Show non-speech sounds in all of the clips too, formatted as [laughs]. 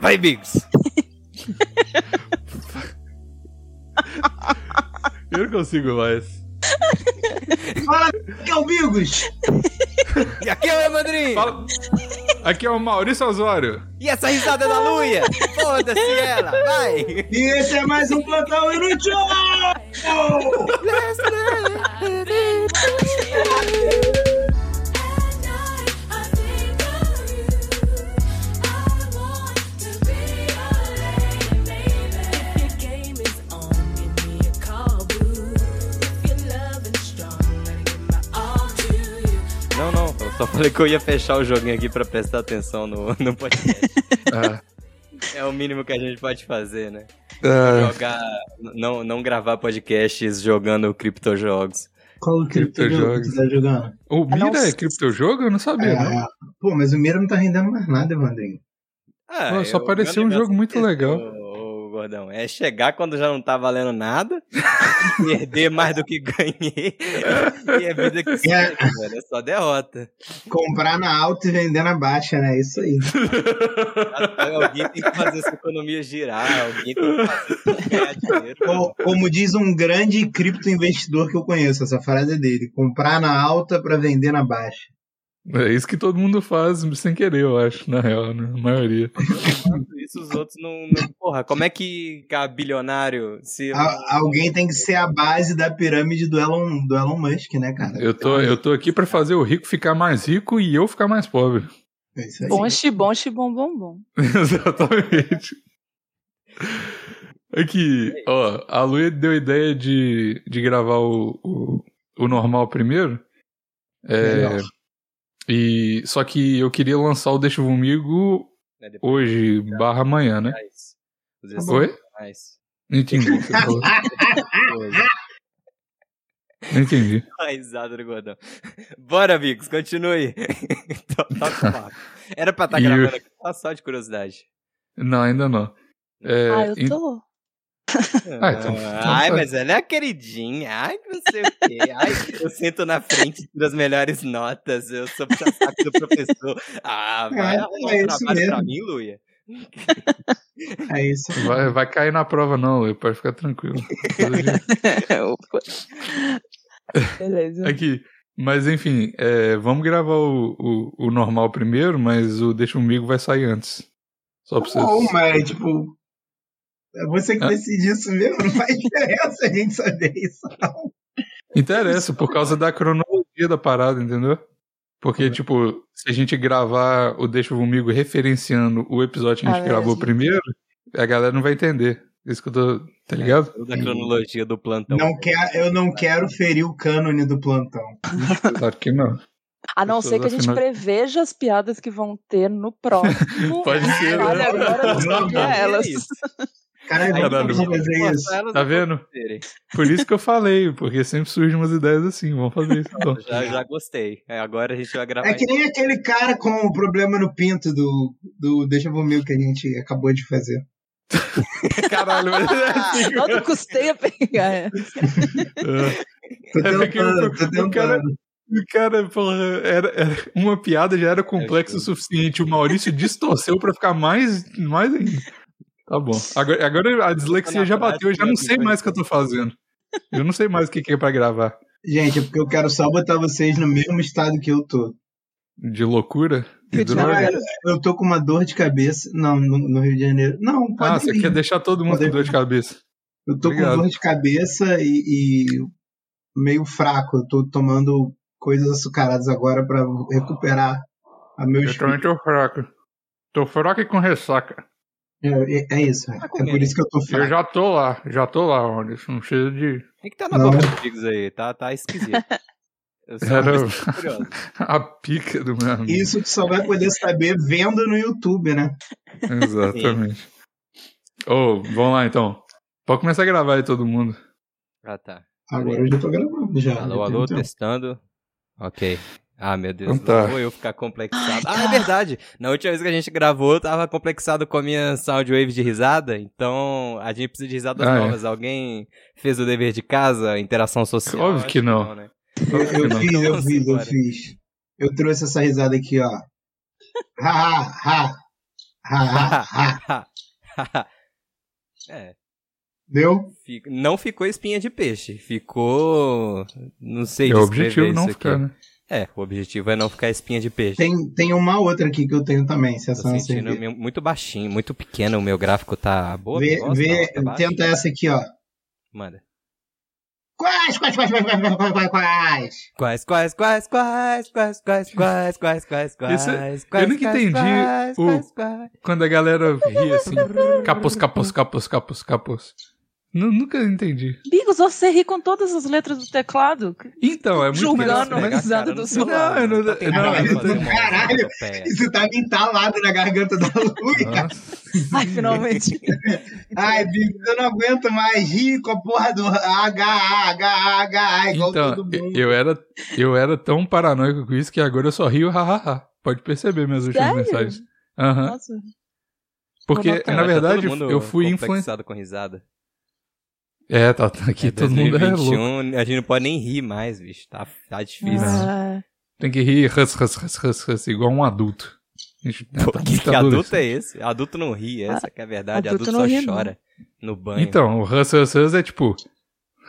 aí, Biggs. Eu não consigo mais. Fala, que é o Bigos! E aqui é o Evandrinho. Fala- Aqui é o Maurício Osório. E essa risada da Luia? Foda-se ela, vai. E esse é mais um plantão inútil! Não, não, eu só falei que eu ia fechar o joguinho aqui pra prestar atenção no, no podcast. É o mínimo que a gente pode fazer, né? Jogar, não, não gravar podcasts jogando criptojogos. Qual o criptojogo que Criptojogos. você tá jogando? O Ah, não. Mira é criptojogo? Eu não sabia, não. É, pô, mas o Mira não tá rendendo mais nada, Evandrinho. Ah, Pô, só eu- parecia eu um lembro jogo muito desse- legal. Ô, ô, Gordão, é chegar quando já não tá valendo nada, [laughs] perder mais do que ganhei, e é vida que segue, velho, é só derrota. Comprar na alta e vender na baixa, né? Isso aí. Alguém tem que fazer essa economia girar, alguém tem que fazer isso ganhar dinheiro. Ou- Como diz um grande criptoinvestidor que eu conheço, essa frase é dele: comprar na alta pra vender na baixa. É isso que todo mundo faz sem querer, eu acho, na real, né? A maioria. Enquanto Isso os outros não, não- Porra, como é que a bilionário se. A- alguém tem que ser a base da pirâmide do Elon, do Elon Musk, né, cara? Eu tô, eu tô aqui pra fazer o rico ficar mais rico e eu ficar mais pobre. [laughs] É isso aí. Bom, xibom, xibom, bom, bom. Exatamente. Aqui, ó, a Luia deu a ideia de, de gravar o, o, o normal primeiro. É, Melhor. e, só que eu queria lançar o Deixa Comigo né, depois hoje, barra amanhã, né? faz os exercícios Oi? mais. Não entendi o que você falou. Não entendi. A [laughs] risada do gordão. Bora, Bigos, [laughs] continue. To- Toca o papo. Era pra estar E gravando aqui, tá só- só de curiosidade. Não, ainda não. É, ah, eu en- tô. Ah, [laughs] então- ai, então- mas ela é a queridinha. Ai, que não sei o quê. Ai, eu sento na frente das melhores notas. Eu sou puxa-saco do professor. Ah, vai É, arrumar é um isso trabalho pra mesmo. mim, Luia. É isso. Vai, vai cair na prova, não, Luia, pode ficar tranquilo. Todo dia. [laughs] Opa. Beleza. Aqui. Mas enfim, é, vamos gravar o, o, o normal primeiro, mas o Deixa Comigo vai sair antes. Só pra vocês. Tá Bom, mas, tipo. É você que Hã? decide isso mesmo, não faz diferença a gente saber isso. Interessa, por causa da cronologia da parada, entendeu? Porque, tipo, se a gente gravar o Deixa Comigo referenciando o episódio que a gente Ah, gravou verdade. primeiro, a galera não vai entender. Isso que eu tô. Tá ligado? Da cronologia do plantão. Não quer, eu não quero ferir o cânone do plantão. Claro que não. A não ser que a gente Afinal- preveja as piadas que vão ter no próximo. [laughs] Pode ser, né? Olha, agora eu não sabia Não, não. elas. Isso. Caralho, Ai, vamos caralho. é fazer isso. Nossa, elas Tá não vendo? acontecerem. Por isso que eu falei, porque sempre surgem umas ideias assim, vamos fazer isso então. Já, já gostei. É, agora a gente vai gravar. É que nem aquele cara com o problema no pinto do, do Deixa Vomil que a gente acabou de fazer. Caralho, mas é assim. Não, não custei a pegar. É. Tô [laughs] É porque tentando, o- tô o cara- tentando. O Cara, porra, era, era- uma piada já era complexo o suficiente. O Maurício distorceu pra ficar mais, mais ainda. Tá bom. Agora, agora a dislexia já bateu, eu já não sei mais o que eu tô fazendo. Eu não sei mais o que, que é pra gravar. Gente, é porque eu quero só botar vocês no mesmo estado que eu tô. De loucura? De Que droga? diabo? Eu tô com uma dor de cabeça. Não, no, no Rio de Janeiro. Não, pode Ah, você vir. quer deixar todo mundo com dor de cabeça. Eu tô Obrigado. com dor de cabeça e, e meio fraco. Eu tô tomando coisas açucaradas agora pra recuperar a meu Eu também espírito. tô fraco. Tô fraco e com ressaca. É, é- é isso. É por isso que eu tô Eu fraco. já tô lá, já tô lá, Maurício. Não precisa de. O que, que tá na Não. boca do Bigos aí? Tá, tá esquisito. Eu sou Era uma pessoa curiosa. a pica do meu amigo. Isso tu só vai poder saber vendo no YouTube, né? [laughs] Exatamente. Ô, vamos lá então. Pode começar a gravar aí todo mundo. Ah, tá. Agora eu já tô gravando já. Alô, Já tem alô, um tempo. testando. Ok. Ah, meu Deus, Então tá. não vou eu ficar complexado. Ah, é verdade. Na última vez que a gente gravou, eu tava complexado com a minha soundwave de risada. Então, a gente precisa de risadas Ah, é. novas. Alguém fez o dever de casa, interação social? Óbvio Acho que não. né? [laughs] Eu, eu Não. fiz, eu Vamos fiz, eu embora. fiz. Eu trouxe essa risada aqui, ó. Ha, ha, ha. [laughs] é, Deu? fica- não ficou espinha de peixe, ficou. Não sei É o descrever objetivo não isso ficar, aqui. né? É, o objetivo é não ficar espinha de peixe. Tem, tem uma outra aqui que eu tenho também, se essa Tô não sentindo servir. meu- muito baixinho, muito pequeno. O meu gráfico tá boa. Vê, Nossa, vê, tá baixo. tenta essa aqui, ó. Manda. Quais, quais, quais, quais, quais, quais, quais, quais, quais? Quais, quais, quais, quais, quais, quais, quais, quais, quais, Esse- é- quais, eu nunca quais, entendi quais, o- quais, quais. Quando a galera ria assim, capos, capos, capos, capos, capos. Nu- Nunca entendi. Bigos, você ri com todas as letras do teclado. Então, é muito Julgando, interessante. mas- risada do seu celular. Não, eu tá não- né? eu não- eu não- Caralho! Caralho! Isso tá entalado na garganta da Luiz, cara. Nossa. [laughs] Ai, finalmente. Ai, Bibi, eu não aguento mais rir com a porra do H, H, H, É igual Então, todo eu- mundo. eu era, eu era tão paranoico com isso que agora eu só rio hahaha. Pode perceber minhas últimas Sério? mensagens. Aham. Nossa. Vou Porque, notar. tá na verdade, eu fui influenciado. com risada. É, tá, tá aqui É, todo mundo é louco. 2021, A gente não pode nem rir mais, bicho. Tá, tá difícil. Ah, Tem que rir hus, hus, hus, hus, hus, igual um adulto. Gente, Pô, tá que, muito que adulto adolescente. é esse? Adulto não ri, essa que é a verdade. adulto Adulto, não só ri, não. chora no banho. Então, o hus, hus, hus é tipo...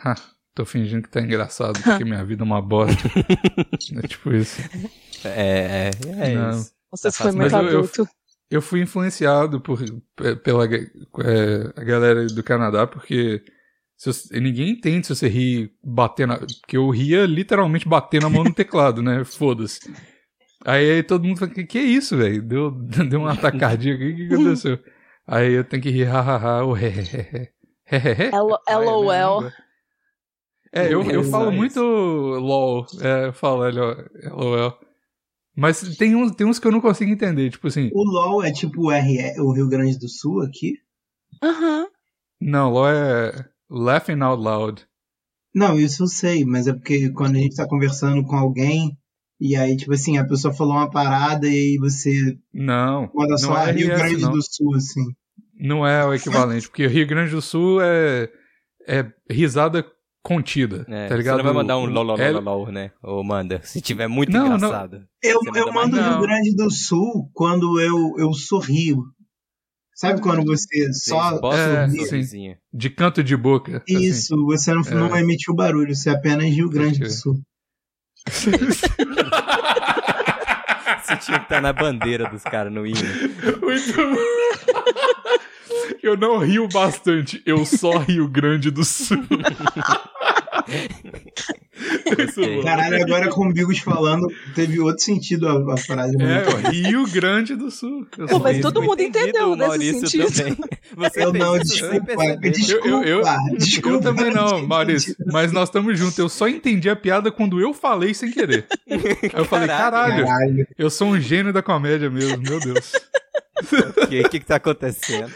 "Ha, tô fingindo que tá engraçado porque minha vida é uma bosta. [laughs] é tipo isso. É, é, é Não. isso. Nossa, isso foi Tá Mas muito eu- eu- adulto. Eu fui influenciado por, pe- pela é, a galera do Canadá, porque se você- ninguém entende se você ri batendo. a- Porque eu ria literalmente batendo a [laughs] mão no teclado, né? Foda-se. Aí, aí todo mundo fala: que, que é isso, velho? Deu, [laughs] deu um ataque cardíaco, o que, que aconteceu? Aí eu tenho que rir, hahaha, ou hehehe. Hehehe. L- né? LOL. É, eu, eu Isso, falo isso. muito LOL. É, eu falo LOL. LOL. Mas tem uns, tem uns que eu não consigo entender, tipo assim. O LOL é tipo o, RE, o Rio Grande do Sul aqui? Aham. Não, LOL é Laughing Out Loud. Não, isso eu sei, mas é porque quando a gente tá conversando com alguém, e aí, tipo assim, a pessoa falou uma parada e aí você Não, manda não só é Rio RS, Grande não. do Sul, assim. não é o equivalente, porque Rio Grande do Sul é, é risada contida, É, tá ligado? Você não vai mandar um O- lolololol, é- né? Ou manda, se tiver muito Não, não. engraçado. Eu, Você eu manda mando mais? Rio Não. Grande do Sul quando eu, eu sorrio. Sabe quando você só. Posso É, um sim. sorrisinho. de canto de boca. assim. [laughs] Isso, você não, não emitiu barulho, você é apenas Rio Grande do Entendi. Sul. Ah, Você tinha que estar na bandeira dos caras no hino. é Muito bom. Eu não rio bastante, eu só Rio Grande [laughs] do Sul. é Muito Gostei. bom. Caralho, agora com o Bigos falando, teve outro sentido a, a frase. né? É, ó, Rio Grande do Sul. Eu Pô, só mas rio todo Fui mundo entendido, entendeu o nesse Maurício sentido. também. [laughs] Você Eu não, fez isso sem desculpa, perceber. desculpa, Eu- eu- desculpa. Eu também desculpa. não, Maurício. Mas nós estamos juntos. Eu só entendi a piada quando eu falei sem querer. Aí eu falei, caralho, Caralho. eu sou um gênio da comédia mesmo, meu Deus. O que, que que tá acontecendo?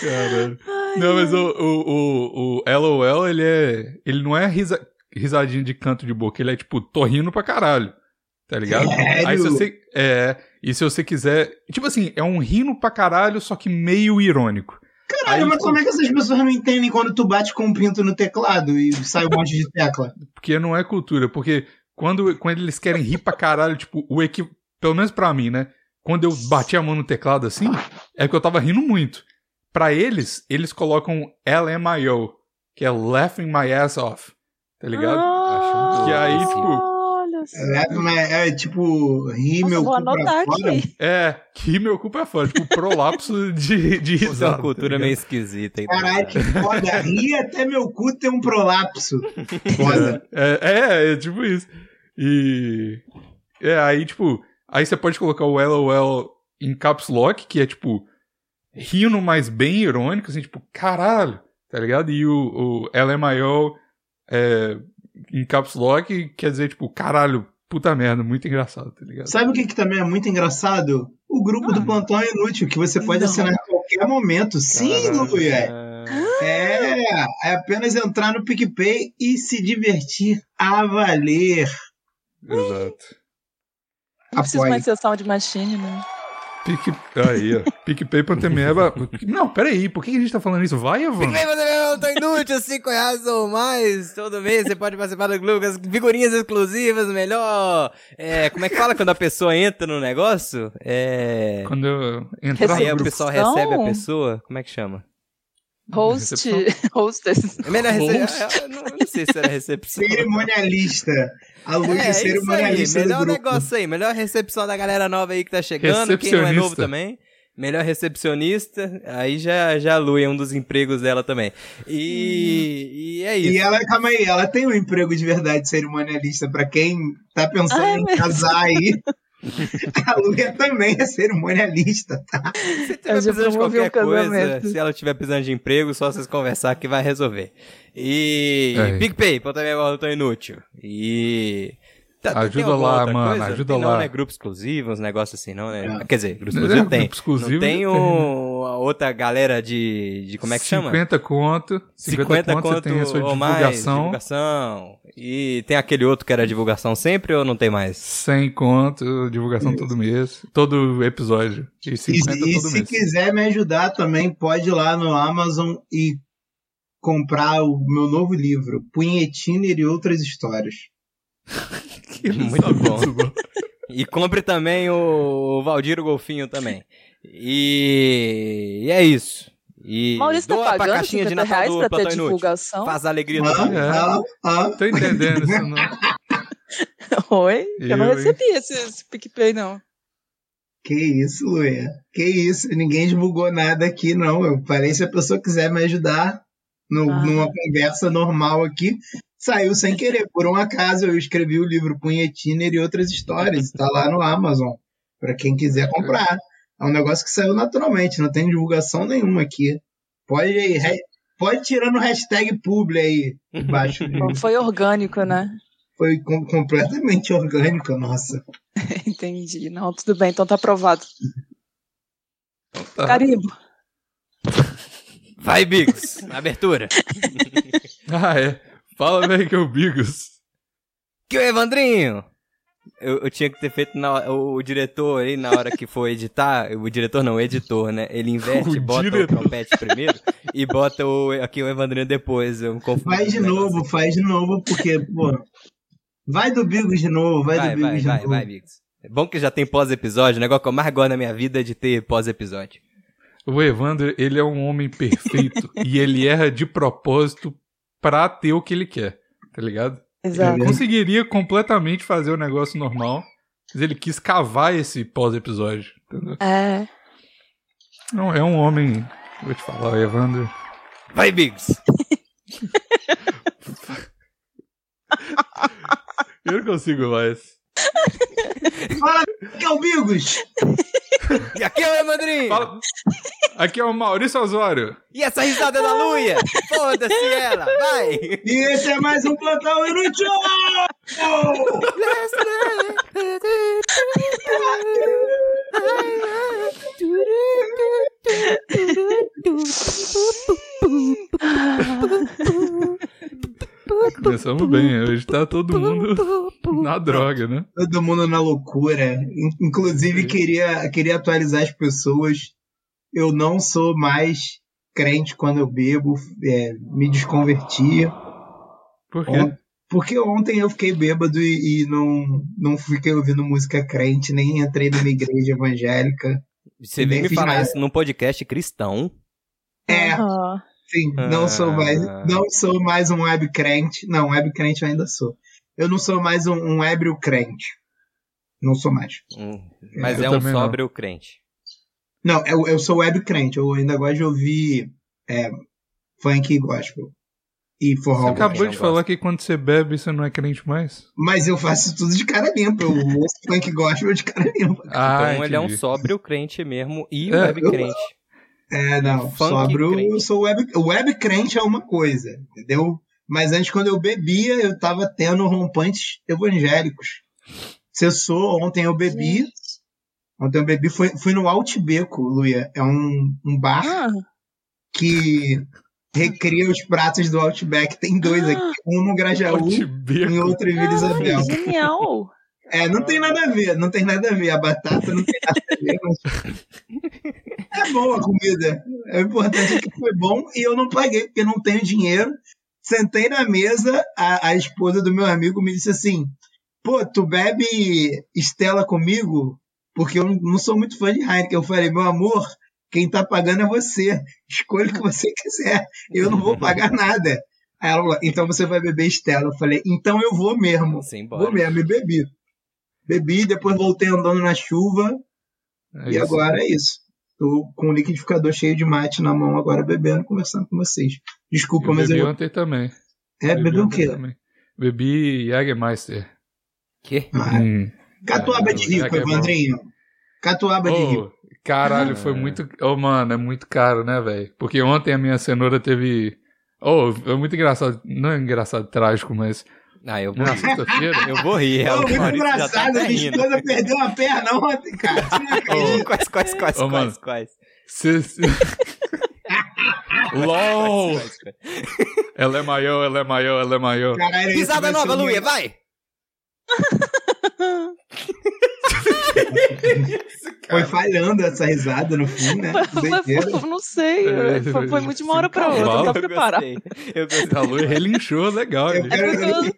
Caralho. Não, mas o, o, o, o LOL, ele é. Ele não é risa, risadinha de canto de boca, ele é tipo, tô rindo pra caralho. Tá ligado? Sério? Aí se você. É. E se você quiser. Tipo assim, é um rindo pra caralho, só que meio irônico. Caralho, Aí, mas pô. como é que essas pessoas não entendem quando tu bate com um pinto no teclado e sai um monte de tecla? Porque não é cultura, porque quando, quando eles querem rir pra caralho, tipo, o equi... pelo menos pra mim, né? Quando eu bati a mão no teclado assim, é que eu tava rindo muito. Pra eles, eles colocam LMIO, que é Laughing My Ass Off, tá ligado? Ah, Que aí, tipo, Olha só. É, mas é tipo, ri Nossa, meu vou cu pra anotar fora. aqui. é, que meu cu pra fora, tipo, prolapso de, de Pô, Essa risada. cultura tá é meio ligado? esquisita. hein, Caralho, que cara? foda. Ri até meu cu ter [laughs] um prolapso. Foda. É, é, é tipo isso. E. É, aí, tipo. Aí você pode colocar o LOL em caps lock, que é tipo. Rindo, mas bem irônico, assim, tipo, caralho, tá ligado? E o, o LMIO é, em caps lock quer dizer, tipo, caralho, puta merda, muito engraçado, tá ligado? Sabe o que, que também é muito engraçado? O grupo Ah. do plantão é inútil, que você pode Não. assinar a qualquer momento. Sim, Caralho. Luia. Ah, É, é apenas entrar no PicPay e se divertir a valer. Exato. Não preciso Apoie. mais ser sound machine, né? Pique... Aí, ó. PicPay Pantemeba. Não, peraí, por que a gente tá falando isso? Vai, Evan. PicPay Pantemeba, tô inútil, 5 reais ou mais todo mês. Você pode participar do clube, as figurinhas exclusivas, melhor. É, como é que fala quando a pessoa entra no negócio? É. Quando eu entrar Aí no o grupo. pessoal recebe a pessoa? Como é que chama? Host, hostess. É melhor [laughs] receber. Não, não sei se era recepção. Cerimonialista. A luz É, isso de aí, cerimonialista. melhor do grupo. né? negócio aí, melhor recepção da galera nova aí que tá chegando, quem não é novo Recepcionista. também. Melhor recepcionista, aí já, já a Lu é um dos empregos dela também. E, e é isso. E ela, calma aí, ela tem um emprego de verdade de cerimonialista. Pra quem tá pensando Ah, é em mesmo? casar aí, [laughs] a Luia também é cerimonialista. Se tiver Eu já precisando de promovi qualquer um casamento. coisa, se ela tiver precisando de emprego, só vocês conversar que vai resolver. E É. PicPay, pra também agora eu tô inútil. E... Tá, tem Ajuda alguma lá, outra mano, coisa? ajuda Tem Não, lá. né? Grupo exclusivo, uns negócios assim, não, né? Não. Quer dizer, grupo É, exclusivo [laughs] grupo tem. exclusivo não tem um tem, né? o, a outra galera de, de... Como é que chama? 50 conto. 50, conto, você tem a sua ou mais, divulgação. divulgação. E tem aquele outro que era divulgação sempre ou não tem mais? 100 conto, divulgação todo mês. Todo episódio. E E, 50 e todo se mês. quiser me ajudar também, pode ir lá no Amazon e comprar o meu novo livro, Punhetiner e Outras Histórias. [laughs] Que Muito sabe bom. isso, mano. E compre também o Valdir Golfinho também. E, e é isso. E Maurício doa tá pra pagando caixinha de 50 Natal reais do pra ter Platão Inútil. divulgação? Faz a alegria do Ah, povo. É. ah, ah. Tô entendendo isso, [laughs] não. Oi? Eu não Eu, hein? recebi esse, esse PicPay, não. Que isso, Luia. Que isso, ninguém divulgou nada aqui, não. Eu falei, se a pessoa quiser me ajudar no- Ah. numa conversa normal aqui, saiu sem querer. Por um acaso, eu escrevi o livro Punhetiner e Outras Histórias. Está lá no Amazon, para quem quiser comprar. É um negócio que saiu naturalmente, não tem divulgação nenhuma aqui. Pode, aí, re- pode tirar no hashtag publi aí, embaixo. de- Hum. Bom, Foi orgânico, né? Foi com- completamente orgânico, nossa. [laughs] Entendi. Não, tudo bem, então tá aprovado. tá. Caribo. Vai, Bigos. [laughs] Abertura. Ah, é. Fala, velho, que é o Bigos. Que o Evandrinho! Eu, eu tinha que ter feito na hora- o, o diretor aí, na hora que for editar, [laughs] o diretor não, o editor, né? Ele inverte, O bota diretor. o trompete primeiro e bota o, aqui o Evandrinho depois, eu me confundo. Faz de com o novo, negócio. faz de novo, porque, pô. Vai do Bigos de novo, vai, Vai, do Bigos vai, de vai, novo. vai, Bigos. É bom que já tem pós-episódio, né? o negócio que eu mais gosto na minha vida é de ter pós-episódio. O Evandro, ele é um homem perfeito e ele erra de propósito pra ter o que ele quer, tá ligado? Exato. É. Ele conseguiria completamente fazer o negócio normal, mas ele quis cavar esse pós-episódio, entendeu? É. Não, é um homem, vou te falar, o Evandro. Vai, Bigos! Eu não consigo mais. Que é o Bigos? E aqui é o Evandrinho! Fala- Aqui é o Maurício Osório. E essa risada da Luia! Foda-se ela! Vai! E esse é mais um plantão inútil! Começamos bem, hoje tá todo mundo na droga, né? Todo mundo na loucura. In- Inclusive, queria, queria atualizar as pessoas. Eu não sou mais crente quando eu bebo, é, me desconverti. Por quê? On- Porque ontem eu fiquei bêbado e, e não, não fiquei ouvindo música crente, nem entrei numa igreja evangélica. Você vem me Fiz falar nada. isso num podcast cristão. É, Aham. Sim, não sou mais, Ah. não sou mais um web crente. Não, web crente eu ainda sou. Eu não sou mais um, um ébrio crente. Não sou mais. Hum, Mas Eu é um também não. sóbrio crente. Não, eu, eu sou web crente. Eu ainda gosto de ouvir é, funk e gospel. E Você forró. acabou não de gosta. falar que quando você bebe você não é crente mais? Mas eu faço tudo de cara limpa. Eu ouço funk e gospel de cara limpa. Ah, então ele é um entendi. sóbrio crente mesmo e É, web eu- crente. É, não. Funk Sobre o- eu crente. sou web, o web crente é uma coisa, entendeu? Mas antes, quando eu bebia, eu tava tendo rompantes evangélicos. Cessou, ontem eu bebi. Ontem eu bebi, fui, fui no Altbeco, Luia. É um, um bar Ah, que recria os pratos do Ah. Outback. Tem dois aqui, um no Grajaú Outback. e outro em Vila Isabel. [laughs] genial. É, não tem nada a ver, não tem nada a ver. A batata não tem nada a ver, mas... É boa a comida. É importante que foi bom e eu não paguei, porque não tenho dinheiro. Sentei na mesa, a, a esposa do meu amigo me disse assim: Pô, tu bebe Estela comigo? Porque eu não sou muito fã de Heineken. Eu falei, meu amor, quem tá pagando é você. Escolha o que você quiser. Eu não vou pagar nada. Aí ela falou, então você vai beber Estela. Eu falei, então eu vou mesmo. Sim, bora. Vou mesmo, e bebi. Bebi, depois voltei andando na chuva. É e isso. agora é isso. Tô com o liquidificador cheio de mate na mão agora, bebendo, conversando com vocês. Desculpa, Eu mas bebi eu. ontem também. um- É, bebi o ontem quê? também. Bebi Jägermeister. Quê? Ah, Hum. Catuaba de Será rico, que é bom? Evandrinho. Catuaba de rico. Oh, caralho, foi muito. Oh, mano, é muito caro, né, velho? Porque ontem a minha cenoura teve. Oh, é muito engraçado. Não é engraçado trágico, mas. Ah, eu vou Na rir. [laughs] sexta-feira. Eu vou rir. é, Pô, o muito Maurício já tá engraçado, até minha rindo. esposa perdeu uma perna ontem, cara. Você não acredita? Quais, quais, quais, Ô, mano. quais, quais? se- [laughs] se- LOL! Quais, quais, quais? Ela é maior, ela é maior, ela é maior. Caralho, esse Pisada vai ser nova, um- Luia, vai! Foi falhando essa risada no fim, [laughs] né? Mas foi- Doideira. foi- não sei, É, foi, foi muito de uma assim, hora pra outra, calma. não tava Eu preparado. gostei. Eu gostei. A lua Tá relinchou, legal. Eu bicho. É porque eu,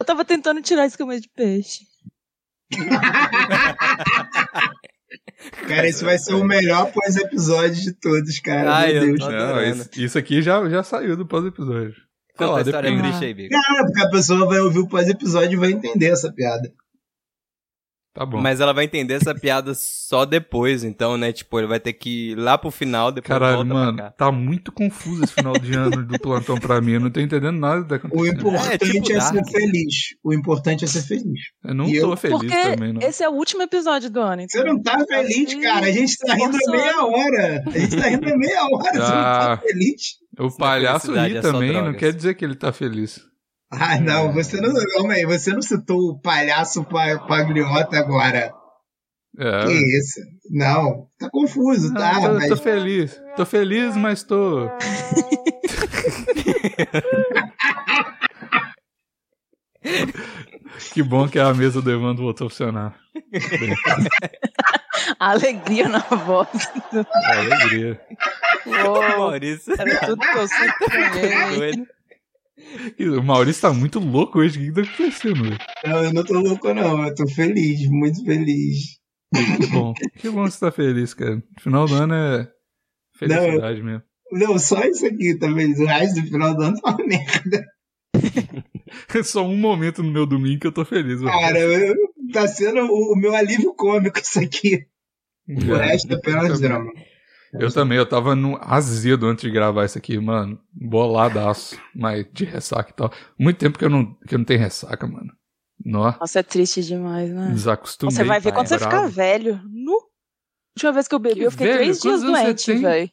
eu tava tentando tirar esse comer de peixe. Cara, esse vai ser o melhor pós-episódio de todos, cara. Ai, Meu eu Deus. tô- Não, isso, isso aqui já, já saiu do pós-episódio. Conta Ó, a história depende. triste aí, Bico. Cara, porque a pessoa vai ouvir o pós-episódio e vai entender essa piada. Tá bom. Mas ela vai entender essa piada só depois, então, né? Tipo, ele vai ter que ir lá pro final, depois Caralho, volta mano, pra cá. tá muito confuso esse final de ano do plantão pra mim. Eu não tô entendendo nada da O acontecendo. importante é, tipo ser Dark. feliz. O importante é ser feliz. Eu não E eu- tô feliz Porque também, né? não. esse é o último episódio do ano, Você então. não tá feliz, cara. A gente tá rindo há meia hora. A gente tá rindo há meia hora. Você não Ah. tá feliz. O palhaço felicidade, ri é só também, não drogas. quer dizer que ele tá feliz. Ah, não. Você não. Calma aí. Você não citou o palhaço pa- pagliota agora. É. Que isso? Não. Tá confuso, tá? Ah, tô, mas tô feliz. Tô feliz, mas tô. [laughs] que bom que a mesa do Evandro voltou a funcionar. A alegria na voz. É, alegria. Uou, Maurício. tá era tudo que eu sempre É. sonhei. doido. Ih, O Maurício tá muito louco hoje. O que que tá acontecendo? velho? não, eu não tô louco, não. Eu tô feliz, muito feliz. Que bom. Que bom que você tá feliz, cara. Final do ano é felicidade mesmo. [laughs] Não, só isso aqui, talvez. O resto do final do ano tá uma merda. É só um momento no meu domingo que eu tô feliz. velho. Cara, eu- tá sendo o, o meu alívio cômico isso aqui. O É. resto é apenas Eu drama. Eu também, eu tava no azedo antes de gravar isso aqui, mano. Boladaço, mas de ressaca e tal. Muito tempo que eu não, que eu não tenho ressaca, mano. Nó, Nossa, é triste demais, né? desacostumei. Você vai ver pai, quando você ficar bravo. velho. Nu. Última vez que eu bebi, Que eu fiquei velho? três Quantos dias anos você doente, tem? velho.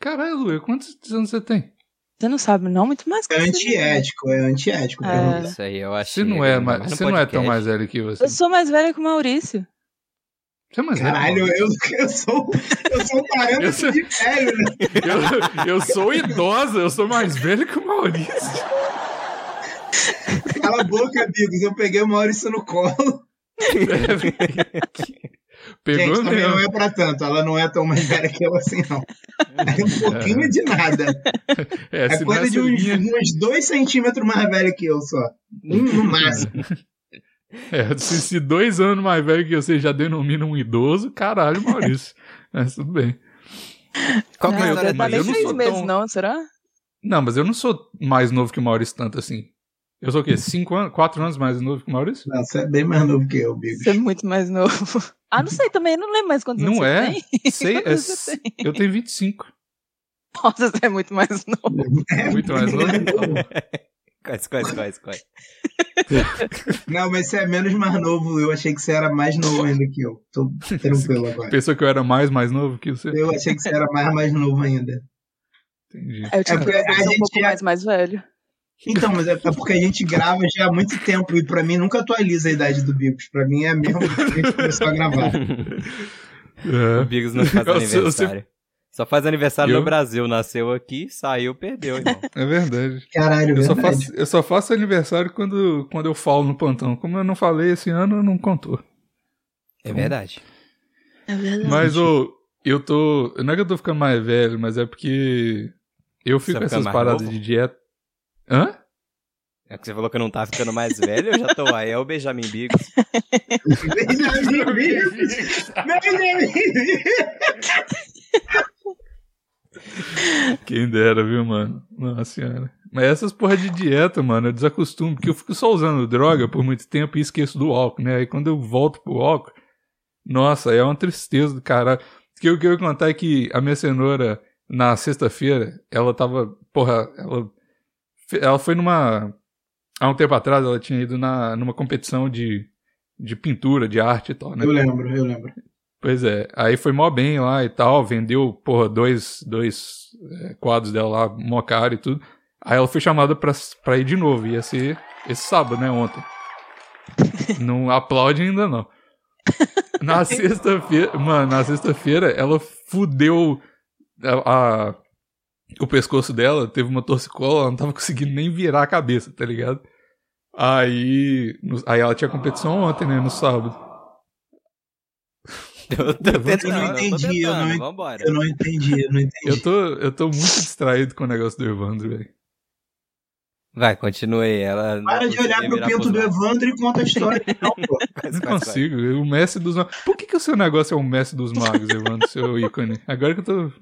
Caralho, Luia, quantos anos você tem? Você não sabe, não? Muito mais que É você, né? antiético, é antiético. É. pergunta. Isso aí, eu né? acho. Você não é, mais- você não é tão mais velho que você. Eu sou mais velha que o Maurício. Você é mais Caralho, velho. eu, eu sou eu sou um Eu parâmetro sou- de velho, né? Eu, eu sou idosa, eu sou mais velho que o [laughs] Maurício. Cala a boca, amigos. Eu peguei o Maurício no colo. Pegou Gente, também mesmo. não é pra tanto. Ela não é tão mais velha que eu assim, não. É um pouquinho de nada. É, É se coisa nessa de uns, linha- uns dois centímetros mais velha que eu só. Um no máximo. É, se, se dois anos mais velho que você já denomina um idoso, caralho, Maurício. Mas tudo bem. Qual que é a não, história deve dar Tá mas eu nem não três sou meses, tão- não, será? Não, mas eu não sou mais novo que o Maurício tanto assim. Eu sou o quê? Cinco anos? Quatro anos mais novo que o [laughs] Maurício? Não, você é bem mais novo que eu, Bigos. Você é muito mais novo. [laughs] Ah, não sei também, não lembro mais quantos anos não você é? tem. [laughs] Sei, é Quantos s- eu tenho 25. Nossa, você é muito mais novo. É Muito mais novo. Tá bom. Quais, quais, quais, quais? Não, mas você é menos mais novo. Eu achei que você era mais novo ainda que eu. Tô tranquilo agora. Pensou que eu era mais mais novo que você? Eu achei que você era mais mais novo ainda. Entendi. Aí Eu tinha É que porque a ser um gente pouco é- mais mais velho. Então, mas é porque a gente grava já há muito tempo e pra mim nunca atualiza a idade do Bicos. Pra mim é a mesma que a gente começou a gravar. É. O Bigos não faz [laughs] Eu sou- eu sou- aniversário. Só faz aniversário Eu? no Brasil. Nasceu aqui, saiu, perdeu, irmão. É verdade. Caralho, Eu só, É verdade. faço, eu só faço aniversário quando, quando eu falo no plantão. Como eu não falei esse ano, não contou. É verdade. É verdade. Mas ô, eu tô. Não é que eu tô ficando mais velho, mas é porque eu Você tá fico com essas ficando mais paradas novo? de dieta. Hã? É que você falou que eu não tava ficando mais velho, eu já tô aí. É o Benjamin [laughs] Bigos. [laughs] Benjamin Bigos. Benjamin Bigos. Quem dera, viu, mano? Nossa senhora. Mas essas porra de dieta, mano, eu desacostumo, porque eu fico só usando droga por muito tempo e esqueço do álcool, né? Aí quando eu volto pro álcool, nossa, é uma tristeza do caralho. Porque o que eu ia contar é que a minha cenoura, na sexta-feira, ela tava, porra, ela, fe- ela foi numa, há um tempo atrás, ela tinha ido na, numa competição de, de pintura, de arte e tal, né? Eu lembro, eu lembro. Pois é, aí foi mó bem lá e tal, vendeu, porra, dois, dois é, quadros dela lá, mó caro e tudo. Aí ela foi chamada pra, pra ir de novo, ia ser esse sábado, né, ontem. Não aplaude ainda não. Na sexta-feira, mano, na sexta-feira ela fudeu a- a- o pescoço dela, teve uma torcicola, ela não tava conseguindo nem virar a cabeça, tá ligado? Aí, no- aí ela tinha competição ontem, né, no sábado. Eu tô tentando, não tô entendi, eu tentando. não en- Vambora. Eu não entendi, eu não entendi. Eu tô, eu tô muito distraído com o negócio do Evandro, velho. Vai, continue. Ela não Para de conseguia olhar pro virar pinto pros do lados. Evandro e conta a história. Não, pô. Vai, Não vai, vai. consigo. O mestre dos magos. Por que, que o seu negócio é o mestre dos magos, [laughs] Evandro, seu ícone? Agora que eu tô.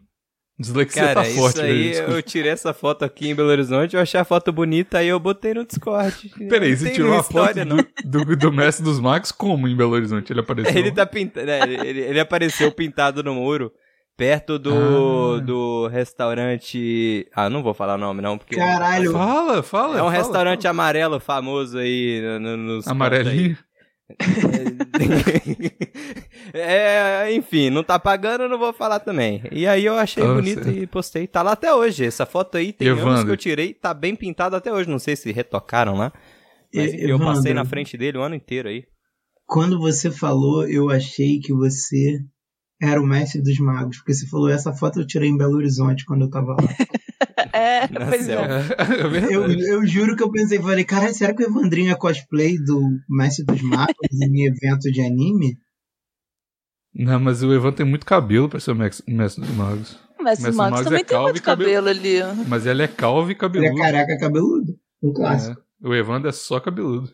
Dislexia Cara, tá isso forte, velho. aí, desculpa. eu tirei essa foto aqui em Belo Horizonte, eu achei a foto bonita, aí eu botei no Discord. Peraí, Não você tem tirou a foto história, não. do, do, do mestre dos magos como em Belo Horizonte? Ele apareceu. Ele tá pintado. Ele, ele apareceu pintado no muro. Perto do, Ah. do restaurante. Ah, não vou falar o nome, não, porque. Caralho. Fala, fala. É um fala, restaurante fala. amarelo famoso aí no- no- nos. amarelinho. É, enfim, não tá pagando, eu não vou falar também. E aí eu achei Tá bonito certo. e postei. Tá lá até hoje. Essa foto aí tem anos Evandro. que eu tirei, tá bem pintado até hoje. Não sei se retocaram lá. Mas enfim, eu Evandro, passei na frente dele o ano inteiro aí. Quando você falou, eu achei que você era o mestre dos magos, porque você falou essa foto eu tirei em Belo Horizonte quando eu [laughs] tava lá. É, Na pois selva. é. É [laughs] verdade. Eu, eu juro que eu pensei, falei, caralho, será que o Evandrinho é cosplay do mestre dos magos em evento de anime? Não, mas o Evandro tem muito cabelo pra ser o mex- mestre dos magos. Mas Mas o o Max Max é também tem calvo muito e cabelo- cabelo ali. Mas ele é calvo e Ele é cabeludo. careca cabeludo. Um clássico. É. O Evandro é só cabeludo.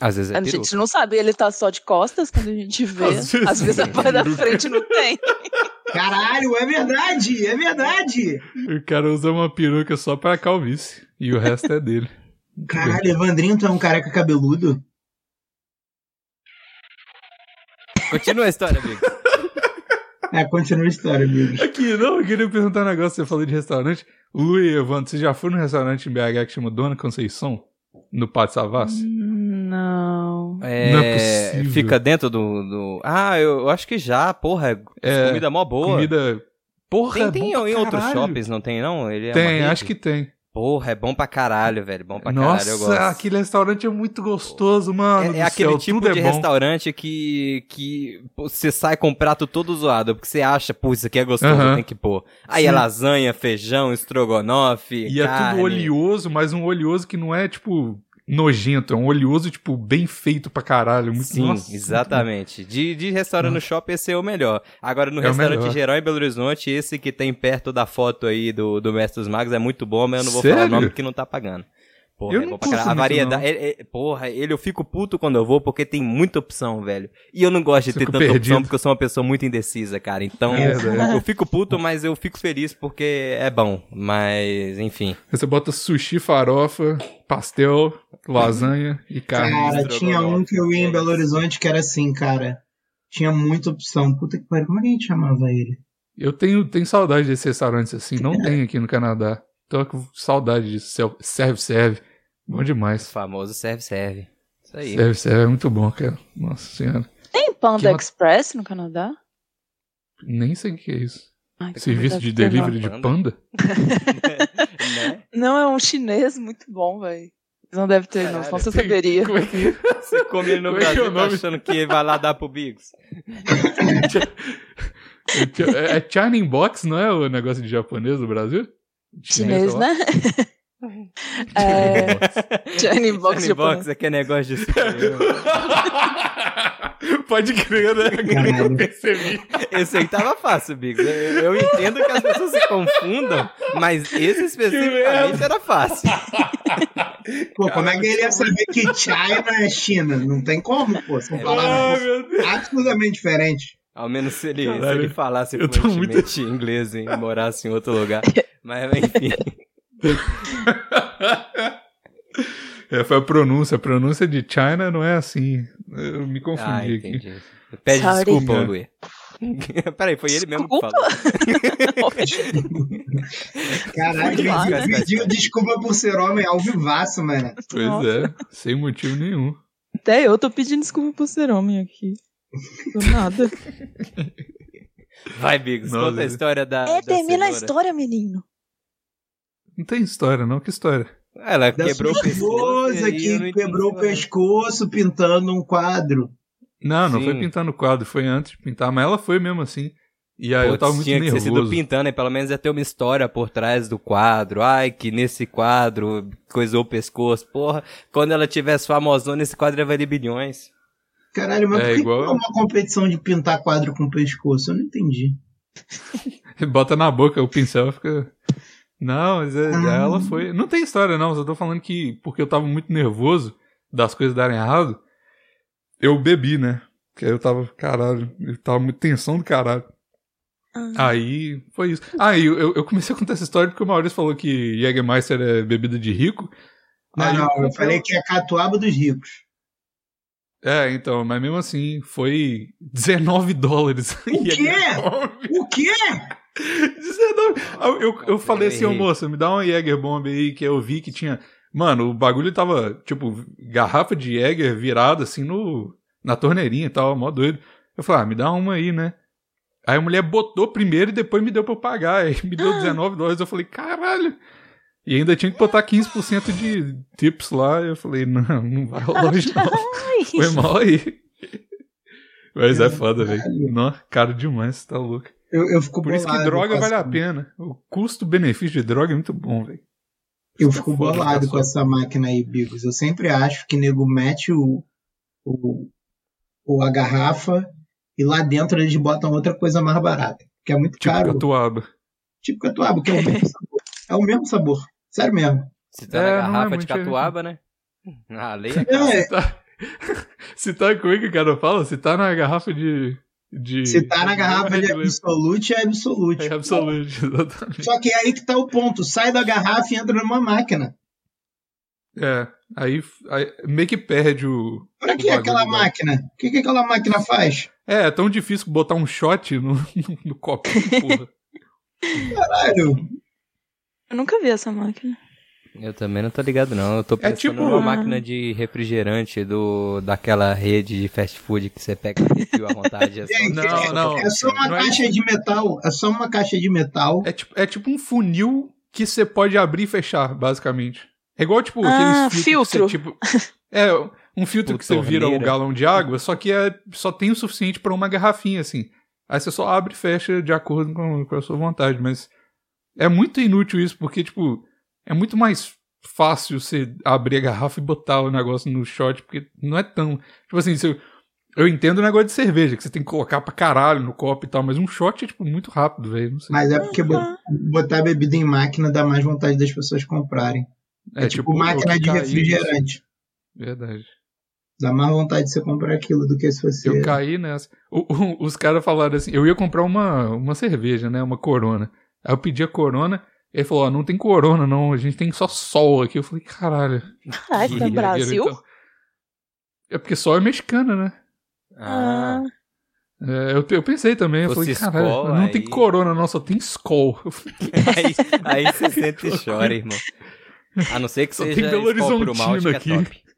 Às vezes Ah, é a gente não sabe, ele tá só de costas quando a gente vê. Às vezes [laughs] Às vezes a parte da frente não tem. Caralho, é verdade! É verdade! O cara usa uma peruca só pra calvície. E o resto é dele. Caralho, Evandrinho, tu é um careca cabeludo? Continua a história, amigo. É, continua a história, [laughs] amigo. Aqui, não, eu queria perguntar um negócio. Você falou de restaurante. Lu e Evandro, você já foi num restaurante em BH que chama Dona Conceição? No Pátio Savassi? Não. É, Não é possível. Fica dentro do, do- Ah, eu, eu acho que já, porra. É, comida mó boa. Comida. Tem, Porra, é tem bom pra em outros caralho. shoppings, não tem, não? Ele é uma Tem, rede? acho que tem. Porra, é bom pra caralho, velho. Bom pra caralho, eu gosto. Nossa, aquele restaurante é muito gostoso, mano. É, é do aquele céu, tipo tudo de é bom. restaurante que, que pô, você sai com o prato todo zoado, porque você acha, pô, isso aqui é gostoso, Aham. tem que pôr. Aí é Sim. lasanha, feijão, estrogonofe, E é carne. tudo oleoso, mas um oleoso que não é, tipo, nojento. É um oleoso, tipo, bem feito pra caralho. Muito, Sim, nossa, muito exatamente. De, de restaurante no shopping, esse é o melhor. Agora, no É o restaurante melhor. geral em Belo Horizonte, esse que tem perto da foto aí do, do Mestre dos Magos é muito bom, mas eu não vou falar o Sério? nome porque não tá pagando. Porra, Eu é não bom pra caralho. curto A muito, variedade. é- é- porra, ele eu fico puto quando eu vou porque tem muita opção, velho. E eu não gosto de ter Fico tanta opção perdido. porque eu sou uma pessoa muito indecisa, cara. Então, É verdade. eu fico puto, mas eu fico feliz porque é bom. Mas, enfim. Aí Você bota sushi, farofa, pastel, lasanha e carne. Cara, tinha um que eu ia em Belo Horizonte que era assim, cara. Tinha muita opção. Puta que pariu, como é que a gente chamava ele? Eu tenho, tenho saudade desses restaurantes assim. [laughs] Não tem aqui no Canadá. Tô com saudade disso. Sel- Serve, serve. Bom O demais. famoso serve, serve. Isso aí. Serve, serve. É muito bom, cara. Nossa senhora. Tem Que Panda uma- Express no Canadá? Nem sei o que é isso. Ai, que Serviço deve de ter, não. delivery de panda? né? Não, é um chinês muito bom, velho. Não deve ter, não, Caralho. senão você saberia. Como é que Você come ele no tá Como é que Brasil é o tá nome? achando que vai lá dar pro Bigos. É, é Shining Box, não é o negócio de japonês do Brasil? Chinês, sei lá. né? Shining [laughs] é, Box. Shining Box Box, japonês. [laughs] box é que é negócio de super [laughs] Pode crer, né? Agora que eu percebi. Esse aí tava fácil, Bigos. Eu, eu entendo que as pessoas se confundam, mas esse especificamente era fácil. Pô, como é que ele ia saber que China é China? Não tem como, pô. São É Ai, palavras meu Deus. absolutamente diferentes. Ao menos se ele, se Caralho, ele falasse eu tô muito- fluentemente inglês e morasse em outro lugar. Mas [laughs] enfim, É, foi a pronúncia. A pronúncia de China não é assim. Eu me confundi ah, aqui. entendi. Pede Sorry. desculpa, É. Luê. [laughs] Peraí, foi ele mesmo que Desculpa. falou. Caralho, Muito bom, ele né? pediu desculpa por ser homem ao vivaço, mano. Pois é, sem motivo nenhum. Até eu tô pedindo desculpa por ser homem aqui. Do [laughs] nada. Vai, Bigos, Nossa. conta a história É, da. da cenoura. menino. Não tem história, não. Que história? Ela Da quebrou o sua pescoço. esposa e eu não que entendi quebrou o nada. pescoço pintando um quadro. Não, não Sim. foi pintando o quadro. Foi antes de pintar. Mas ela foi mesmo assim. E aí eu Putz, tava muito tinha que ter sido nervoso. pintando, e pelo menos ia ter uma história por trás do quadro. Ai, que nesse quadro coisou o pescoço. Porra, quando ela tivesse famosona, esse quadro ia valer bilhões. Caralho, mas É por que igual- que é uma competição de pintar quadro com pescoço? Eu não entendi. Bota na boca o pincel fica. Não, mas é, Ah. ela foi. Não tem história, não. Só tô falando que porque eu tava muito nervoso das coisas darem errado, eu bebi, né? Porque aí eu tava, caralho, eu tava muito tensão do caralho. Ah. Aí foi isso. Aí eu, eu comecei a contar essa história porque o Maurício falou que Jägermeister é bebida de rico. Não, Aí não, eu comprei- falei que é a catuaba dos ricos. É, então, mas mesmo assim, foi 19 dólares. [laughs] O quê? Jägermeister. O quê? 19. Eu, eu, eu falei assim, ô errei. moça, me dá uma Jäger Bomb aí, que eu vi que tinha. Mano, o bagulho tava, tipo, garrafa de Jäger virada assim no, na torneirinha e tal, mó doido. Eu falei, ah, me dá uma aí, né? Aí a mulher botou primeiro e depois me deu pra eu pagar. Aí me deu 19 dólares. Eu falei, caralho. E ainda tinha que botar 15% de tips lá. Eu falei, não, não vai rolar hoje não. Foi mal aí. Mas é foda, velho. Nó, Caro demais, tá louco. Eu, eu fico Por isso que bolado com droga essa- vale a pena. O custo-benefício de droga é muito bom, velho. Eu fico Foda, bolado tá com essa máquina aí, Bigos. Eu sempre acho que nego mete o, o, o- a garrafa e lá dentro eles botam outra coisa mais barata. Que é muito Tipo caro. catuaba. Tipo catuaba, que é [laughs] o mesmo sabor. É o mesmo sabor. Sério mesmo. Se tá na É, não é garrafa de muito diferente. catuaba, né? A lei é clara. [laughs] É, Tá. Se tá como é que o cara fala? Se tá na garrafa de. de se tá na garrafa de É absolute, é [laughs] absolute. É absolute, exatamente. Só que é aí que tá o ponto. Sai da garrafa e entra numa máquina. É. Aí, aí meio que perde o. Pra que O bagulho aquela vai. máquina? O que, que aquela máquina faz? É, é tão difícil botar um shot no, [laughs] no, no copo, porra. Caralho. Eu nunca vi essa máquina. Eu também não tô ligado, não. Eu tô pensando tipo- numa Ah. máquina de refrigerante do, daquela rede de fast food que você pega e refil à vontade. É [laughs] só- Não, só pra- não. É só uma Não é- caixa de metal. É só uma caixa de metal. É tipo, é tipo um funil que você pode abrir e fechar, basicamente. É igual, tipo, Ah, aqueles filtros que você, tipo, é, um filtro Tipo que você vira um torneira. galão de água, só que é, só tem o suficiente pra uma garrafinha, assim. Aí você só abre e fecha de acordo com, com a sua vontade, mas é muito inútil isso, porque, tipo, é muito mais fácil você abrir a garrafa e botar o negócio no shot, porque não é tão... Tipo assim, você- eu entendo o negócio de cerveja, que você tem que colocar pra caralho no copo e tal, mas um shot é, tipo, muito rápido, velho, não sei. Mas é porque bo- Ah, botar bebida em máquina dá mais vontade das pessoas comprarem. É, tipo, máquina de eu caí- refrigerante. Verdade. Dá mais vontade de você comprar aquilo do que se você. Eu caí nessa. O- o- os caras falaram assim: eu ia comprar uma, uma cerveja, né? Uma corona. Aí eu pedi a corona. Ele falou: ó, não tem corona, não. A gente tem só sol aqui. Eu falei: caralho. Caralho, no Guerreiro, Brasil? então. É porque sol é mexicana, né? Ah, É, eu, eu pensei também. Eu Fosse falei: caralho, Skol, não aí- tem corona, não. Só tem Skol. Eu falei, aí, aí [laughs] você sente e chora, irmão. A não ser que Só seja tem Belo Skol puro malte, que é Horizontino [laughs] top.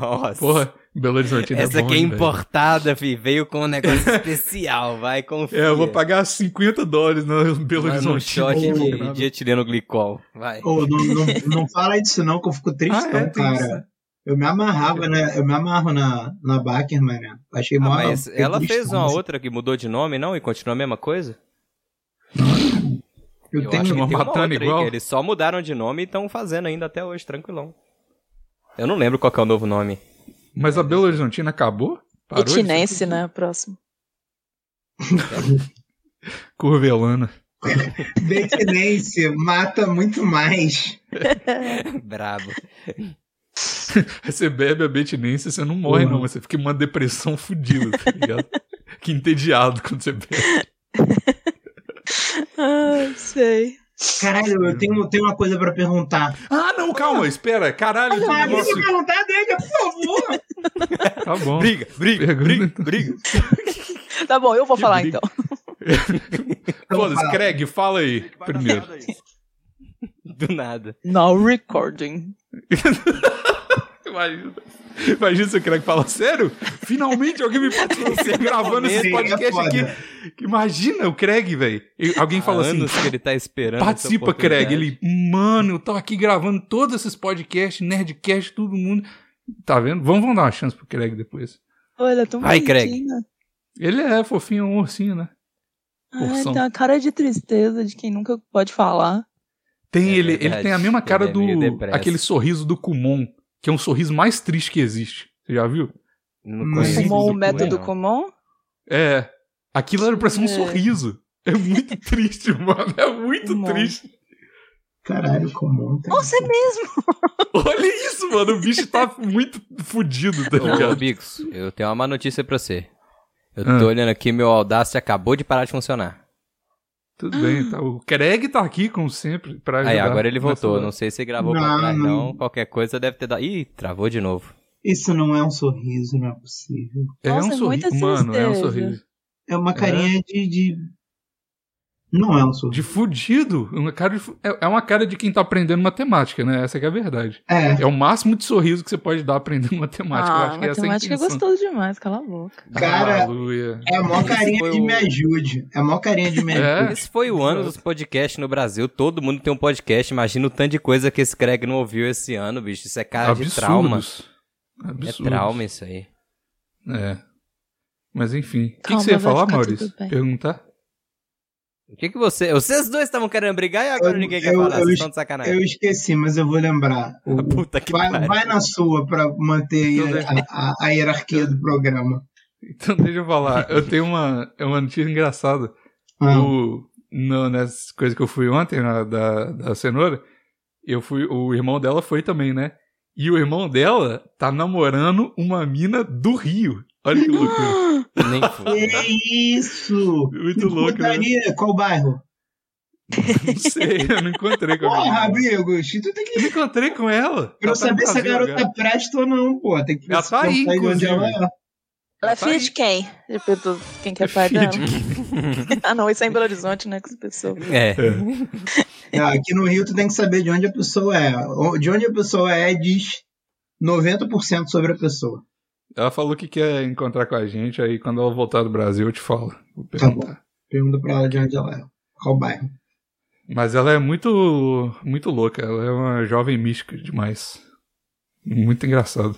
Nossa. Porra, Belo Horizonte ainda Essa bom, aqui é hein, velho? importada, fi. Veio com um [laughs] negócio especial, vai, confia. É, eu vou pagar 50 dólares no Belo Vai num Horizonte. shot [laughs] de, Pô. de etileno glicol, vai. Ô, não, não, não fala disso, não, que eu fico tristão, Ah, é, tem Então, cara. isso. Eu me amarrava, né? Eu me amarro na, na Baker, mano. Achei mó. Ah, mas é fiquei ela tristão, fez uma assim. outra que mudou de nome, não? E continua a mesma coisa? Eu, tenho [laughs] acho que uma tem batana outra aí igual. que eles só mudaram de nome e estão fazendo ainda até hoje, tranquilão. Eu não lembro qual que é o novo nome. [laughs] Mas a Belo Horizontina acabou? Parou de ser Etinense, né? Próximo. Curvelana. Betinense mata muito mais. Brabo. Aí você bebe a betinense e você não morre, Porra. não. Mas você fica em uma depressão fodida, tá ligado? [laughs] que entediado quando você bebe. Ah, sei. Caralho, eu tenho, tenho uma coisa pra perguntar. Ah, não, calma, espera. Caralho, tem um Ah, deixa negócio. eu perguntar, deixa, por favor. Tá bom. Briga, briga, Pergunta. briga, briga. Tá bom, eu vou Que falar briga. então. Foda-se, Craig, fala aí [laughs] primeiro. Do nada. Now recording. Imagina. Imagina se o Craig fala, sério? Finalmente alguém me patrocina gravando esse Sim, é podcast foda. aqui. Imagina o Craig, velho. E Alguém fala Há assim, anos que ele tá esperando. essa Participa, oportunidade. Craig. Ele, mano, eu tô aqui gravando todos esses podcasts, Nerdcast, todo mundo. Tá vendo? Vamos, vamos dar uma chance pro Craig depois. Olha, tão Vai, Craig. bonitinha. Ele é fofinho, é um ursinho, né? Ah, Ursão. tem uma cara de tristeza de quem nunca pode falar. Tem, É ele, ele verdade, tem a mesma ele cara é meio do. depresso. aquele sorriso do Kumon, que é um sorriso mais triste que existe. Você já viu? Não Mas- conheço Sim, Kumon, do o método não. Kumon? É. Aquilo era pra ser um É. sorriso. É [laughs] muito triste, mano. É muito Kumon. triste. Caralho, comum. Tá? Nossa, é mesmo. Olha isso, mano. O bicho tá muito fudido, tá Ô, ligado? Bigos, eu tenho uma má notícia pra você. Eu Ah. tô olhando aqui, meu Audacity acabou de parar de funcionar. Tudo bem, tá. O Craig tá aqui, como sempre, pra ajudar. Aí, agora ele voltou. nessa- Não sei se gravou pra Não, trás, não. não. Qualquer coisa deve ter dado. Ih, travou de novo. Isso não é um sorriso, não é possível. É um Nossa, é sorriso. muita Mano, é um tristeza. sorriso. É uma carinha de, de. Não é um sorriso. De fudido. Uma cara de fu- É é uma cara de quem tá aprendendo matemática, né? Essa que é a verdade. É. É o máximo de sorriso que você pode dar aprendendo [laughs] matemática. Eu ah, acho que essa é a matemática é intenção. gostoso demais, cala a boca. Tá Cara- Aleluia. É a maior Esse carinha foi de o- me ajude. É a maior carinha de me É. ajude. Esse foi o ano dos podcasts no Brasil. Todo mundo tem um podcast. Imagina o tanto de coisa que esse Craig não ouviu esse ano, bicho. Isso é cara Absurdos. de trauma. Absurdos. É trauma isso aí. É. Mas enfim. O que, que Calma, você ia vai falar, ficar Maurício? tudo bem. Perguntar? [laughs] O que que você... Vocês dois estavam querendo brigar e agora Eu- ninguém quer eu- falar. eu Vocês es- estão de né? sacanagem. Eu esqueci, mas eu vou lembrar. É O- [laughs] Puta que Vai, pariu. vai na sua pra manter aí Tudo a, a- a hierarquia do programa. Então deixa eu falar. Eu tenho uma, é uma notícia engraçada. Ah, O, no, nessas coisas que eu fui ontem, na, da, da cenoura, eu fui, o irmão dela foi também, né? E o irmão dela tá namorando uma mina do Rio. Olha que loucura. Nem fui. Que isso! Muito Que louco, né? putaria. Qual bairro? Não sei, eu não encontrei com Porra, ela. amigos! Tu tem que. Eu não encontrei com ela. Pra eu Ela tá no saber se a Brasil garota agora. presta ou não, pô. Tem que Ela tá aí, pensar em onde ela é. Ela Tá é filha aí. de quem? Ele perguntou quem que é pai Filha dela. de [laughs] ah, não, isso é em Belo Horizonte, né? Que essa pessoa. É. Ah, Aqui no Rio, tu tem que saber de onde a pessoa é. De onde a pessoa é, diz 90% sobre a pessoa. Ela falou que quer encontrar com a gente, aí quando ela voltar do Brasil eu te falo. Vou Tá perguntar. Pergunta pra ela de onde ela é. Qual bairro? Mas ela é muito, muito louca. Ela é uma jovem mística demais. Muito engraçado.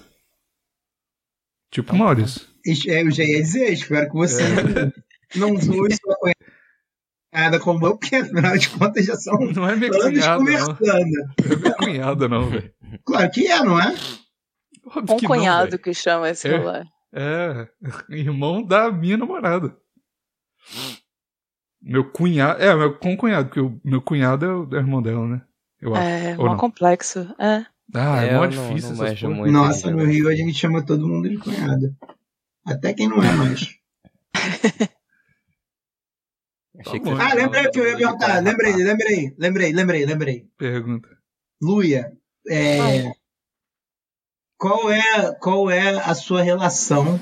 Tipo Tá Maurício. Isso- é, Eu já ia dizer, espero que você É. [laughs] não zoe sua cunhada com o porque afinal de contas já são anos Não é minha cunhada, não. conversando. Não é minha cunhada, não, velho. Claro que é, não é? Óbvio Um que não, cunhado velho. que chama esse É. celular. é, irmão da minha namorada. Meu cunhado. É, meu concunhado, porque o meu cunhado é o é o irmão dela, né? Eu acho. É, Ou mó não? complexo. É. Ah, é, É, mó eu não- difícil não essas manjo coisas. muito. Nossa, né? no Rio a gente chama todo mundo de cunhada. Até quem não é mais. Achei Tá bom. você Ah, tava lembrei que eu ia falando de perguntar. né? Guarapá. Lembrei, lembrei, lembrei, lembrei, lembrei. Pergunta. Luia, é, qual, é, qual é a sua relação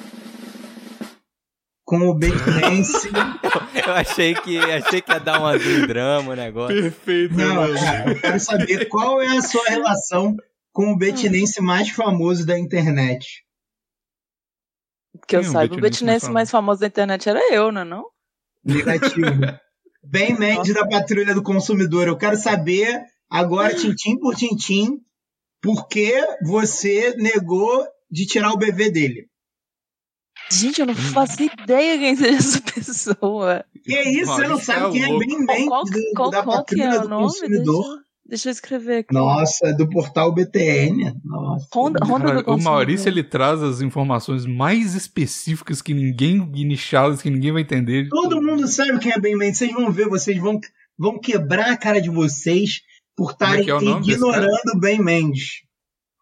com o Betinense? Eu achei que, achei que ia dar uma um drama o negócio. Perfeito, Não, cara, eu quero saber qual é a sua relação com o betinense mais famoso da internet. Que eu Quem é o saiba, betinense o mais betinense mais famoso da internet era eu, não é não? Negativo. Bem mente da patrulha do consumidor. Eu quero saber agora, tintim por tintim, porque você negou de tirar o bebê dele. Gente, eu não Hum. faço ideia quem seja essa pessoa. E é isso, você não Maurício é sabe quem é louco. bem bem Qual- do- qual- da qual que é patrulha o do nome? consumidor. Deixa eu escrever aqui. é Nossa, do portal BTN. Nossa. Honda, Honda tá Cara, do o consumidor. Maurício ele traz as informações mais específicas que ninguém nichadas que ninguém vai entender. Todo mundo sabe quem é bem bem. Vocês vão ver, vocês vão, vão quebrar a cara de vocês por Como é estarem que é o nome desse cara? ignorando Ben Mendes.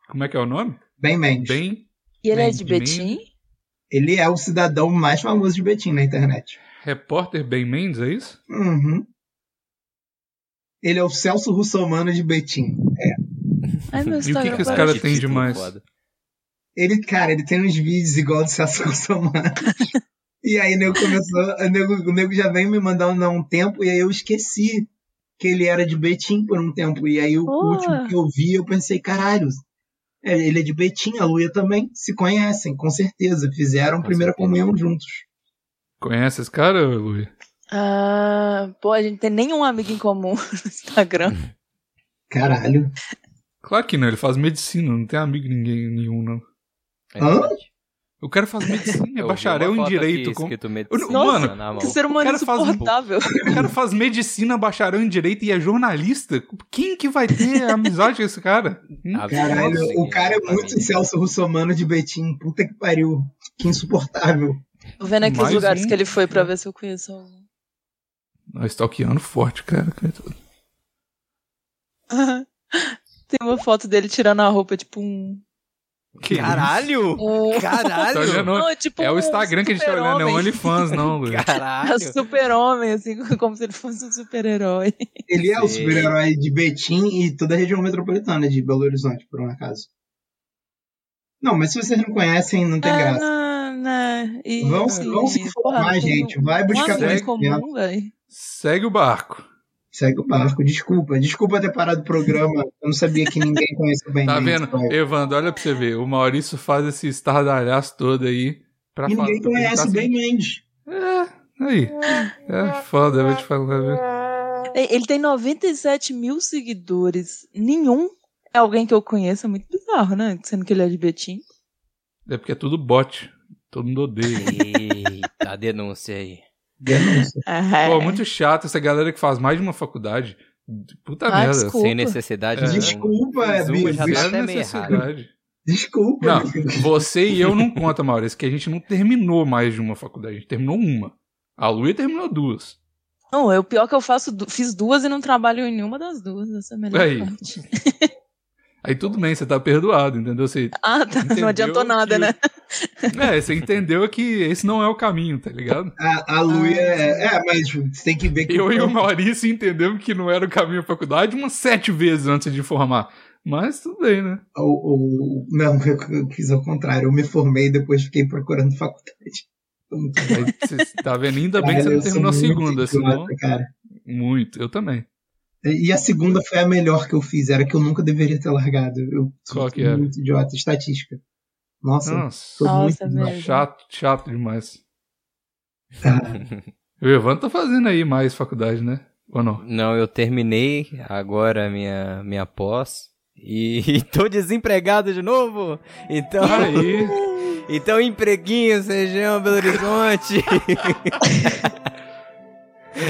Como é que é o nome? Ben Mendes. Bem, E ele é de Bem, Betim? Ele é o cidadão mais famoso de Betim na internet. repórter Ben Mendes, é isso? Uhum. Ele é o Celso Russomano de Betim. Ai, meu E o que Instagram. que esse parece- cara de tem título demais? Tipo, foda. Ele, cara, ele tem uns vídeos igual do Celso [laughs] Russomano. e aí o nego começou, o nego, o nego já veio me mandando há um tempo, e aí eu esqueci que ele era de Betim por um tempo. E aí o Porra. último que eu vi, eu pensei, caralho, é, ele é de Betim, a Luia também se conhecem, com certeza. Fizeram a Com primeira certeza. comunhão juntos. Conhece esse cara, Luiz? Ah, pô, a gente tem nenhum amigo em comum [laughs] no Instagram. Caralho. Claro que não, ele faz medicina, não tem amigo ninguém nenhum não. É Hã? verdade. O cara [laughs] faz medicina, é Eu vi bacharel uma em foto aqui direito. com- escrito Eu medicina não- Mano, na mão. Que ser humano O cara faz um insuportável. O cara faz medicina, bacharel em direito e é jornalista. Quem que vai [laughs] ter amizade com esse cara? Hum? Ah, Caralho, Nossa, o cara é que muito família. Celso Russomano de Betim. Puta que pariu. Que insuportável. Tô vendo aqui os Mais lugares um. que ele foi pra ver se eu conheço um. algum. Nós stalkeando forte, cara. [laughs] Tem uma foto dele tirando a roupa, tipo um. Que Caralho! um- isso? Tá olhando- Caralho! [laughs] Não, é tipo é um o Instagram que a gente tá olhando, é o super-homem. OnlyFans, não, Luiz. [laughs] É o Caralho! super-homem, assim, [laughs] como se ele fosse um super-herói. Ele é o Sim. super-herói de Betim e toda a região metropolitana de Belo Horizonte, por um acaso. Não, mas se vocês não conhecem, não tem graça. Ah, né? E, Vão, assim, vão se porra, formar, não tem gente. é Vai Um buscar amigo em consegue, conhecimento. comum, velho. Segue o barco. Segue o barco, desculpa. Desculpa ter parado o programa. Eu não sabia que ninguém conhecia bem. [laughs] Tá bem vendo? esse bairro. Evandro, olha pra você ver. O Maurício faz esse estardalhaço todo aí pra falar. tá assim. Ninguém pra conhece perguntar bem Mendes. se- Aí. É foda, eu vou te falar. viu? E- Ele tem 97 mil seguidores. Nenhum é alguém que eu conheço. É muito bizarro, né? Sendo que ele é de Betim. É porque é tudo bot. Todo mundo odeia. Eita, a denúncia aí. Denúncia. É. Ah, Pô, muito chato essa galera que faz mais de uma faculdade. Puta Ah, merda. desculpa. Sem necessidade É. nenhuma. Desculpa, Fiz uma, amigo. já des- tá Zero até meio errado. necessidade. Desculpa. Não, amigo. você e eu não conta, Maurício, que a gente não terminou mais de uma faculdade. A gente terminou uma. A Luia terminou duas. Não, é o pior que eu faço. du- Fiz duas e não trabalho em nenhuma das duas. Essa é a melhor Aí. parte. [laughs] Aí tudo bem, você tá perdoado, entendeu? Você Ah, tá. entendeu [laughs] não adiantou nada, que- né? [laughs] É, você entendeu que esse não é o caminho, tá ligado? A, a Luia. É, é, mas você tem que ver que. Eu [laughs] e o Maurício entendemos que não era o caminho à faculdade umas sete vezes antes de formar. Mas tudo bem, né? Ou, ou- não, eu, eu fiz ao contrário. Eu me formei e depois fiquei procurando faculdade. Aí você tá vendo? Ainda bem que você não Cara, eu sou terminou a muito segunda, senão. idiota, cara. Muito, eu também. E a segunda foi a melhor que eu fiz. Era que eu nunca deveria ter largado. Eu sou Qual que era? Ah, muito idiota. Estatística. Nossa, Nossa, tá Tô Nossa, muito velho. chato, chato demais. cara. O Evandro tá fazendo aí mais faculdade, né? Ou não? Não, eu terminei agora a minha, minha pós e, e [laughs] tô desempregado de novo. Então, Aí. então empreguinho, região Belo Horizonte.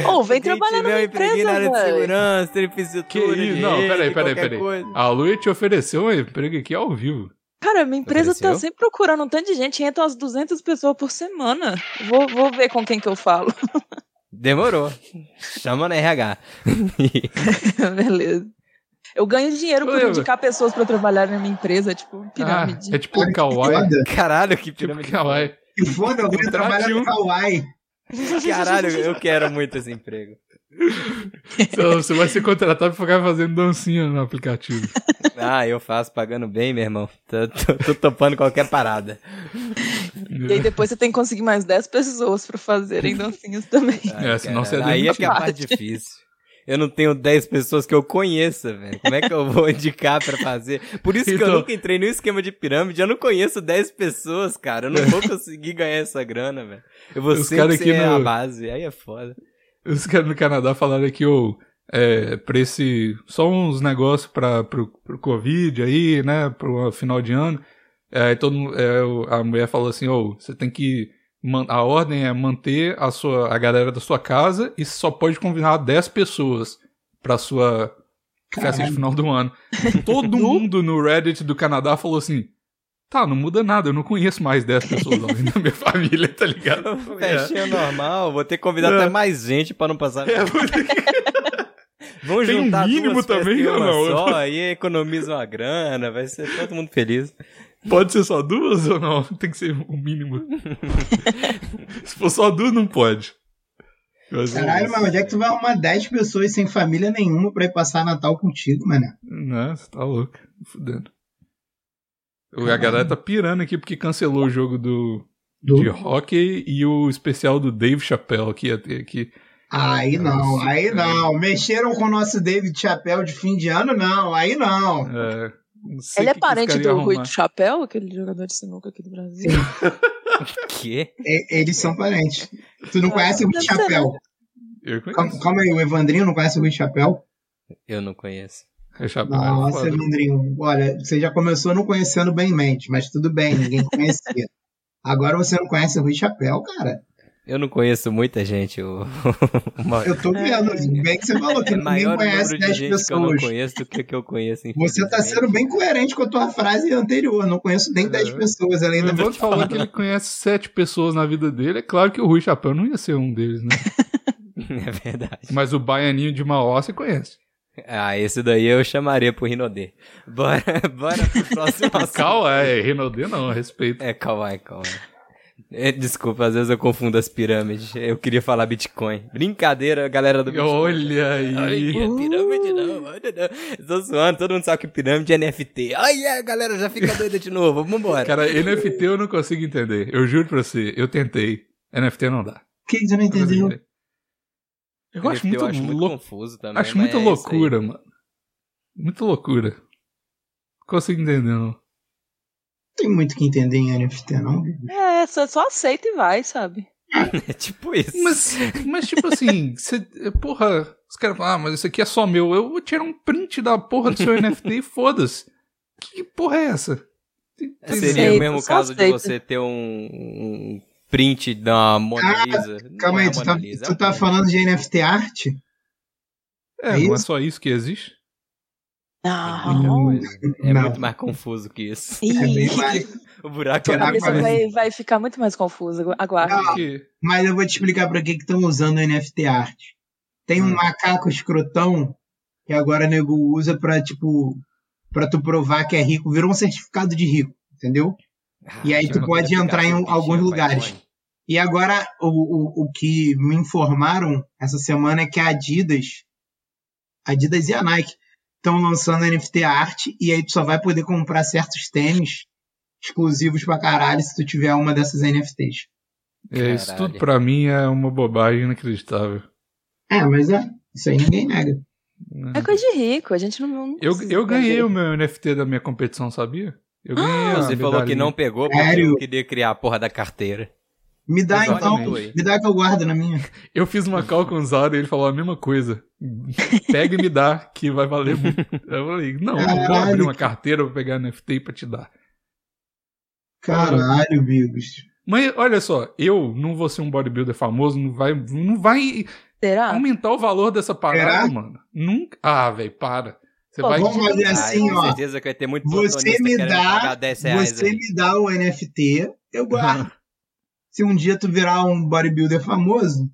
Ô, [laughs] vem Quem trabalhar tiver numa um empreguinho empresa, na área de velho. segurança, Que trificitura, isso? Não, peraí, peraí, peraí. A Luia te ofereceu um emprego aqui ao vivo. Cara, minha empresa tá Ofereceu? sempre procurando um tanto de gente. Entra umas 200 pessoas por semana. Vou, vou ver com quem que eu falo. Demorou. Chama na RH. [laughs] Beleza. Eu ganho dinheiro por Oi, indicar pessoas pra trabalhar na minha empresa, é tipo Ah, [laughs] pirâmide. é tipo um kawaii. Foda. [laughs] Caralho, que Tipo [laughs] pirâmide. kawaii. Que foda, eu vou Contrate trabalhar um. no Hawaii. Caralho, eu quero muito esse emprego. Então, Você vai ser contratado pra ficar fazendo dancinha no aplicativo. Ah, eu faço pagando bem, meu irmão. Tô, tô- tô topando qualquer parada. E aí depois você tem que conseguir mais 10 pessoas [laughs] pra fazerem dancinhas também. Ai, É, senão você é caralho. Aí é que é a parte demitido. difícil. Eu não tenho 10 pessoas que eu conheça, velho. Como é que eu vou [laughs] indicar pra fazer? Por isso que eu Então- nunca entrei no esquema de pirâmide. Eu não conheço 10 pessoas, cara. Eu não vou conseguir ganhar essa grana, velho. Eu vou Os sempre cara aqui ser a no- base. Aí é foda. Os caras no Canadá falaram aqui, ô, é, para esse só uns negócios para pro, pro Covid aí, né, pro final de ano. Aí todo mundo- é, o- a mulher falou assim, ô, você tem que man- a ordem é manter a sua a galera da sua casa e só pode convidar 10 pessoas para sua festa de final do ano. Todo mundo no Reddit do Canadá falou assim: "Tá, não muda nada, eu não conheço mais 10 pessoas além da minha família, [laughs] tá ligado?" Festinha é normal, vou ter que convidar É. até mais gente pra não passar. É, porque- Vamos Tem um juntar mínimo duas festas também, em uma não? só, aí economiza uma grana, vai ser todo mundo [laughs] feliz. Pode ser só duas ou não? Tem que ser o [laughs] mínimo. Se for só duas, não pode. Mas, Caralho, mas onde é que tu vai arrumar 10 pessoas sem família nenhuma pra ir passar Natal contigo, mano? Não, você tá louco. Fudendo. O- A galera tá pirando aqui porque cancelou o jogo do, de hockey e o especial do Dave Chappelle que ia ter aqui. Aí não, Nossa, aí cara. não. Mexeram com o nosso David Chapéu de fim de ano? Não, aí não. É, não sei o Ele é que que parente os caras do iam Rui arrumar. do Chapéu, aquele jogador de sinuca aqui [laughs] do Brasil. Quê? E- É, eles são parentes. Tu não Ah, conhece o Rui deve ser, Chapéu? Eu conheço. Calma, calma aí, o Evandrinho não conhece o Rui Chapéu? Eu não conheço. É Ah, Chappelle, é Nossa, foda. Evandrinho, olha, você já começou não conhecendo bem mente, mas tudo bem, ninguém conhecia. Agora você não conhece o Rui Chapéu, cara. Eu não conheço muita gente. O... Eu tô vendo, assim, bem que você falou que é [laughs] ninguém maior o conhece número de 10 gente que eu não pessoas. conheço do que que eu conheço. Você tá infelizmente. [laughs] sendo bem coerente com a tua frase anterior. Não conheço nem 10 Uhum. É. pessoas além O da minha Evandro falou que ele conhece sete pessoas na vida dele. É claro que o Rui Chapéu não ia ser um deles, [laughs] né? É verdade. Mas o Baianinho de Mauá você conhece. Ah, esse daí eu chamaria pro Rinodê. Bora, [laughs] bora pro próximo [laughs] assunto. Calma, é, Renaldê não, respeito. É, Kawaii, Kawaii. É, desculpa, às vezes eu confundo as pirâmides. Eu queria falar Bitcoin. Brincadeira, galera do Bitcoin. Olha Ai, aí. é pirâmide não, olha não. Tô zoando, todo mundo sabe que pirâmide é NFT. Ai, é, galera, já fica doida de novo, vambora. Cara, NFT eu não consigo entender. Eu juro pra você, eu tentei. NFT não dá. O que que você não entendeu? Eu NFT acho muito, eu acho muito lou- confuso também. mas acho muita é isso aí. loucura, mano. Muita loucura. Não consigo entender, não. Tem muito que entender em NFT, não. É, só, só aceita e vai, sabe? [laughs] É tipo isso. Mas, mas tipo [laughs] assim, você, porra, os caras falam, ah, mas isso aqui é só meu. Eu vou tirar um print da porra do seu NFT e foda-se. Que porra é essa? Seria o Aceito, mesmo só caso de aceito. você ter um, um print da Mona Ah, Lisa. Não Calma é aí, a tu Mona tá, Lisa, é tu um tá print. falando de NFT arte? É, não é só isso que existe? Ah. Não. É Não. muito mais confuso que isso. É bem Ih, mais. O buraco a Será é que cabeça né? muito vai- vai, vai ficar muito mais confusa. agu- Aguarda. Ah. Porque- Mas eu vou te explicar pra que que estão usando NFT arte. Tem um macaco escrotão que agora nego usa pra, tipo, pra tu provar que é rico. Virou um certificado de rico, entendeu? E aí tu Ah, pode entrar em Aplicativo que alguns chama lugares. Bitcoin. E agora, o, o, o que me informaram essa semana é que a Adidas, a Adidas e a Nike, estão lançando NFT arte e aí tu só vai poder comprar certos tênis exclusivos pra caralho se tu tiver uma dessas NFTs. É, isso Caralho. tudo pra mim é uma bobagem inacreditável. É, mas é, isso aí ninguém nega. né? É coisa de rico, a gente não. não Eu, precisa eu ganhei um entender. o meu NFT da minha competição, sabia? Eu ganhei. a Você falou que medalhinha. não pegou porque Sério? eu queria criar a porra da carteira. Me dá Exatamente. então, me dá que eu guardo na minha. Eu fiz uma call com o Zara e ele falou a mesma coisa. Pega e me dá, que vai valer muito. Eu falei, não, eu não vou Caralho, abrir uma carteira, eu vou pegar NFT pra te dar. Caralho, Bigos. Mas olha só, eu não vou ser um bodybuilder famoso, não vai, não vai Será? aumentar o valor dessa parada, Será? mano. Nunca. Ah, velho, para. Você Pô, vai. Vamos fazer assim, com ó. Ah, certeza que vai ter muito Você plantonista me querendo dá, pagar 10 é reais Você aí. me dá o NFT, [laughs] eu guardo. Se um dia tu virar um bodybuilder famoso,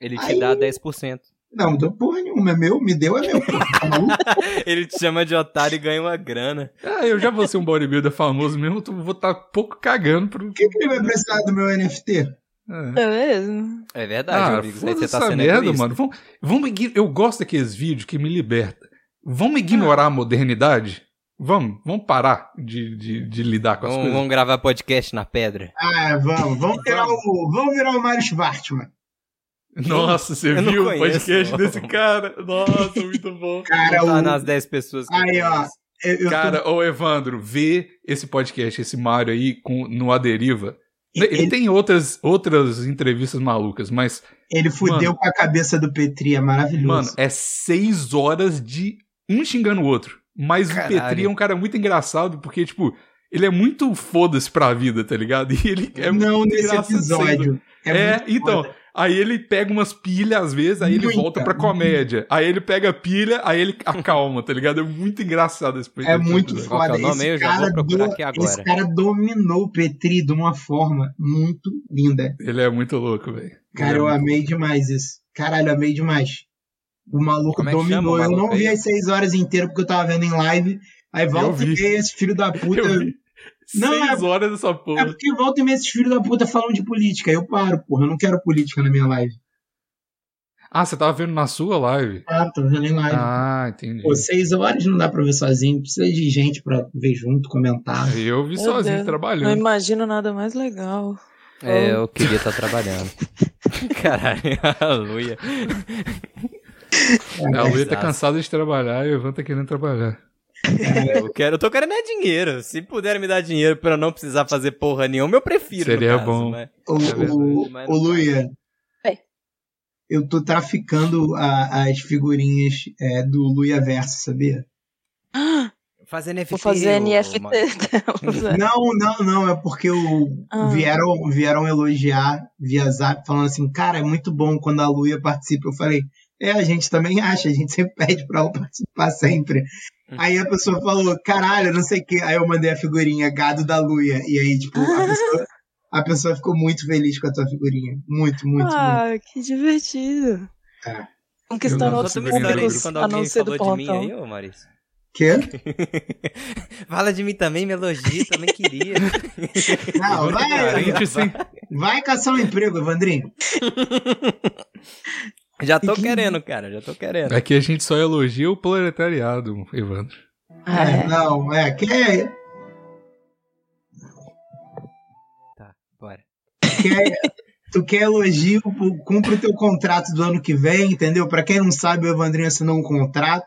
Ele te Aí- dá 10%. não, não dou porra nenhuma, é meu, me deu, é meu. pô. Tá maluco? Ele te chama de otário e ganha uma grana. Ah, eu já vou ser um bodybuilder famoso mesmo, eu vou estar pouco cagando pro. Por que, que ele vai precisar do meu NFT? É. É mesmo? É verdade, Ah, Rodrigo. Aí foda você tá essa sendo merda, egoísta. mano. Vamos, vamos, igno- eu gosto daqueles vídeos que me liberta. Ah. Vamos ignorar a modernidade? Vamos, vamos parar de, de, de lidar com as Vamos, coisas. vamos gravar podcast na pedra. Ah, vamos, Então vamos virar o, vamos virar o Mário Schwartzman. Nossa, você Eu não viu o conheço. podcast desse cara? Nossa, muito bom. Cara, Tá o, nas 10 pessoas que [laughs] eu um Aí, ó. conheço. eu, eu tô- Cara, ô Evandro, vê esse podcast, esse Mário aí com, no Aderiva. Ele, tem outras, outras entrevistas malucas, mas. Ele fudeu Mano. com a cabeça do Petri, é maravilhoso. Mano, é seis horas de um xingando o outro. Mas Caralho. o Petri é um cara muito engraçado, porque, tipo, ele é muito foda-se pra vida, tá ligado? [laughs] E ele é não muito nesse engraçado sendo. episódio. É, muito então. foda. Aí ele pega umas pilhas às vezes, aí ele Muita, uhum. volta pra comédia. Aí ele pega a pilha, aí ele acalma, tá ligado? É muito engraçado esse É muito episódio. Qual que é foda. o nome? Esse Eu já cara vou procurar do- aqui Esse agora. cara dominou o Petri de uma forma muito linda. Ele é muito louco, velho. é Cara, eu amei demais isso. Caralho, eu amei demais. O maluco Como é que chama dominou. o eu maluco não vi aí? as seis horas inteiras porque eu tava vendo em live. Aí volta e vi. meia, esse filho da puta. [laughs] Eu vi Não, é- seis horas dessa É porra. porque volta e meia, esses filhos da puta falam de política. Eu paro, porra. Eu não quero política na minha live. Ah, você tava vendo na sua live? Ah, tô vendo em live. Ah, entendi. Pô, seis horas não dá pra ver sozinho. Precisa de gente pra ver junto, comentar. Aí Eu vi Meu sozinho Deus. Não trabalhando. imagino nada mais legal. Um É, eu queria estar trabalhando. [laughs] Caralho, aleluia. A Luia tá Exato. cansada de trabalhar e o Ivan tá querendo trabalhar. Eu, quero, eu tô querendo é dinheiro. Se puderem me dar dinheiro pra eu não precisar fazer porra nenhuma, eu prefiro. no Seria caso, bom. mas- Ô, verdade, ô, mas ô, não Luia. Oi. Eu tô traficando a- as figurinhas é, do Luia Verso, sabia? Fazer NFT. Vou fazer ô, NFT mano. [laughs] delas. Não, não, não. É porque o, Ah. vieram, vieram elogiar via zap, falando assim, cara, é muito bom quando a Luia participa. Eu falei, é, a gente também acha, a gente sempre pede pra ela participar sempre. Aí a pessoa falou, caralho, não sei o que. Aí eu mandei a figurinha, gado da Luia. E aí, tipo, [laughs] a pessoa, a pessoa ficou muito feliz com a tua figurinha. Muito, muito, muito. Ah, que divertido. É. Conquistando Eu outros Conta uma história aí de públicos, quando a não alguém ser do falou de mim portão. aí, ô Maurício. Quê? Fala de mim também, me elogia, também queria. [laughs] Não, vai, Carente sem vai caçar um emprego, Evandrinho. Já tô querendo, cara, já tô querendo. É. Aqui a gente só elogia o proletariado, Evandro. Ah, é. Não, é, quer, Bora. quer, tu quer elogio, pô, cumpre o teu contrato do ano que vem, entendeu? Pra quem não sabe, o Evandrinho assinou um contrato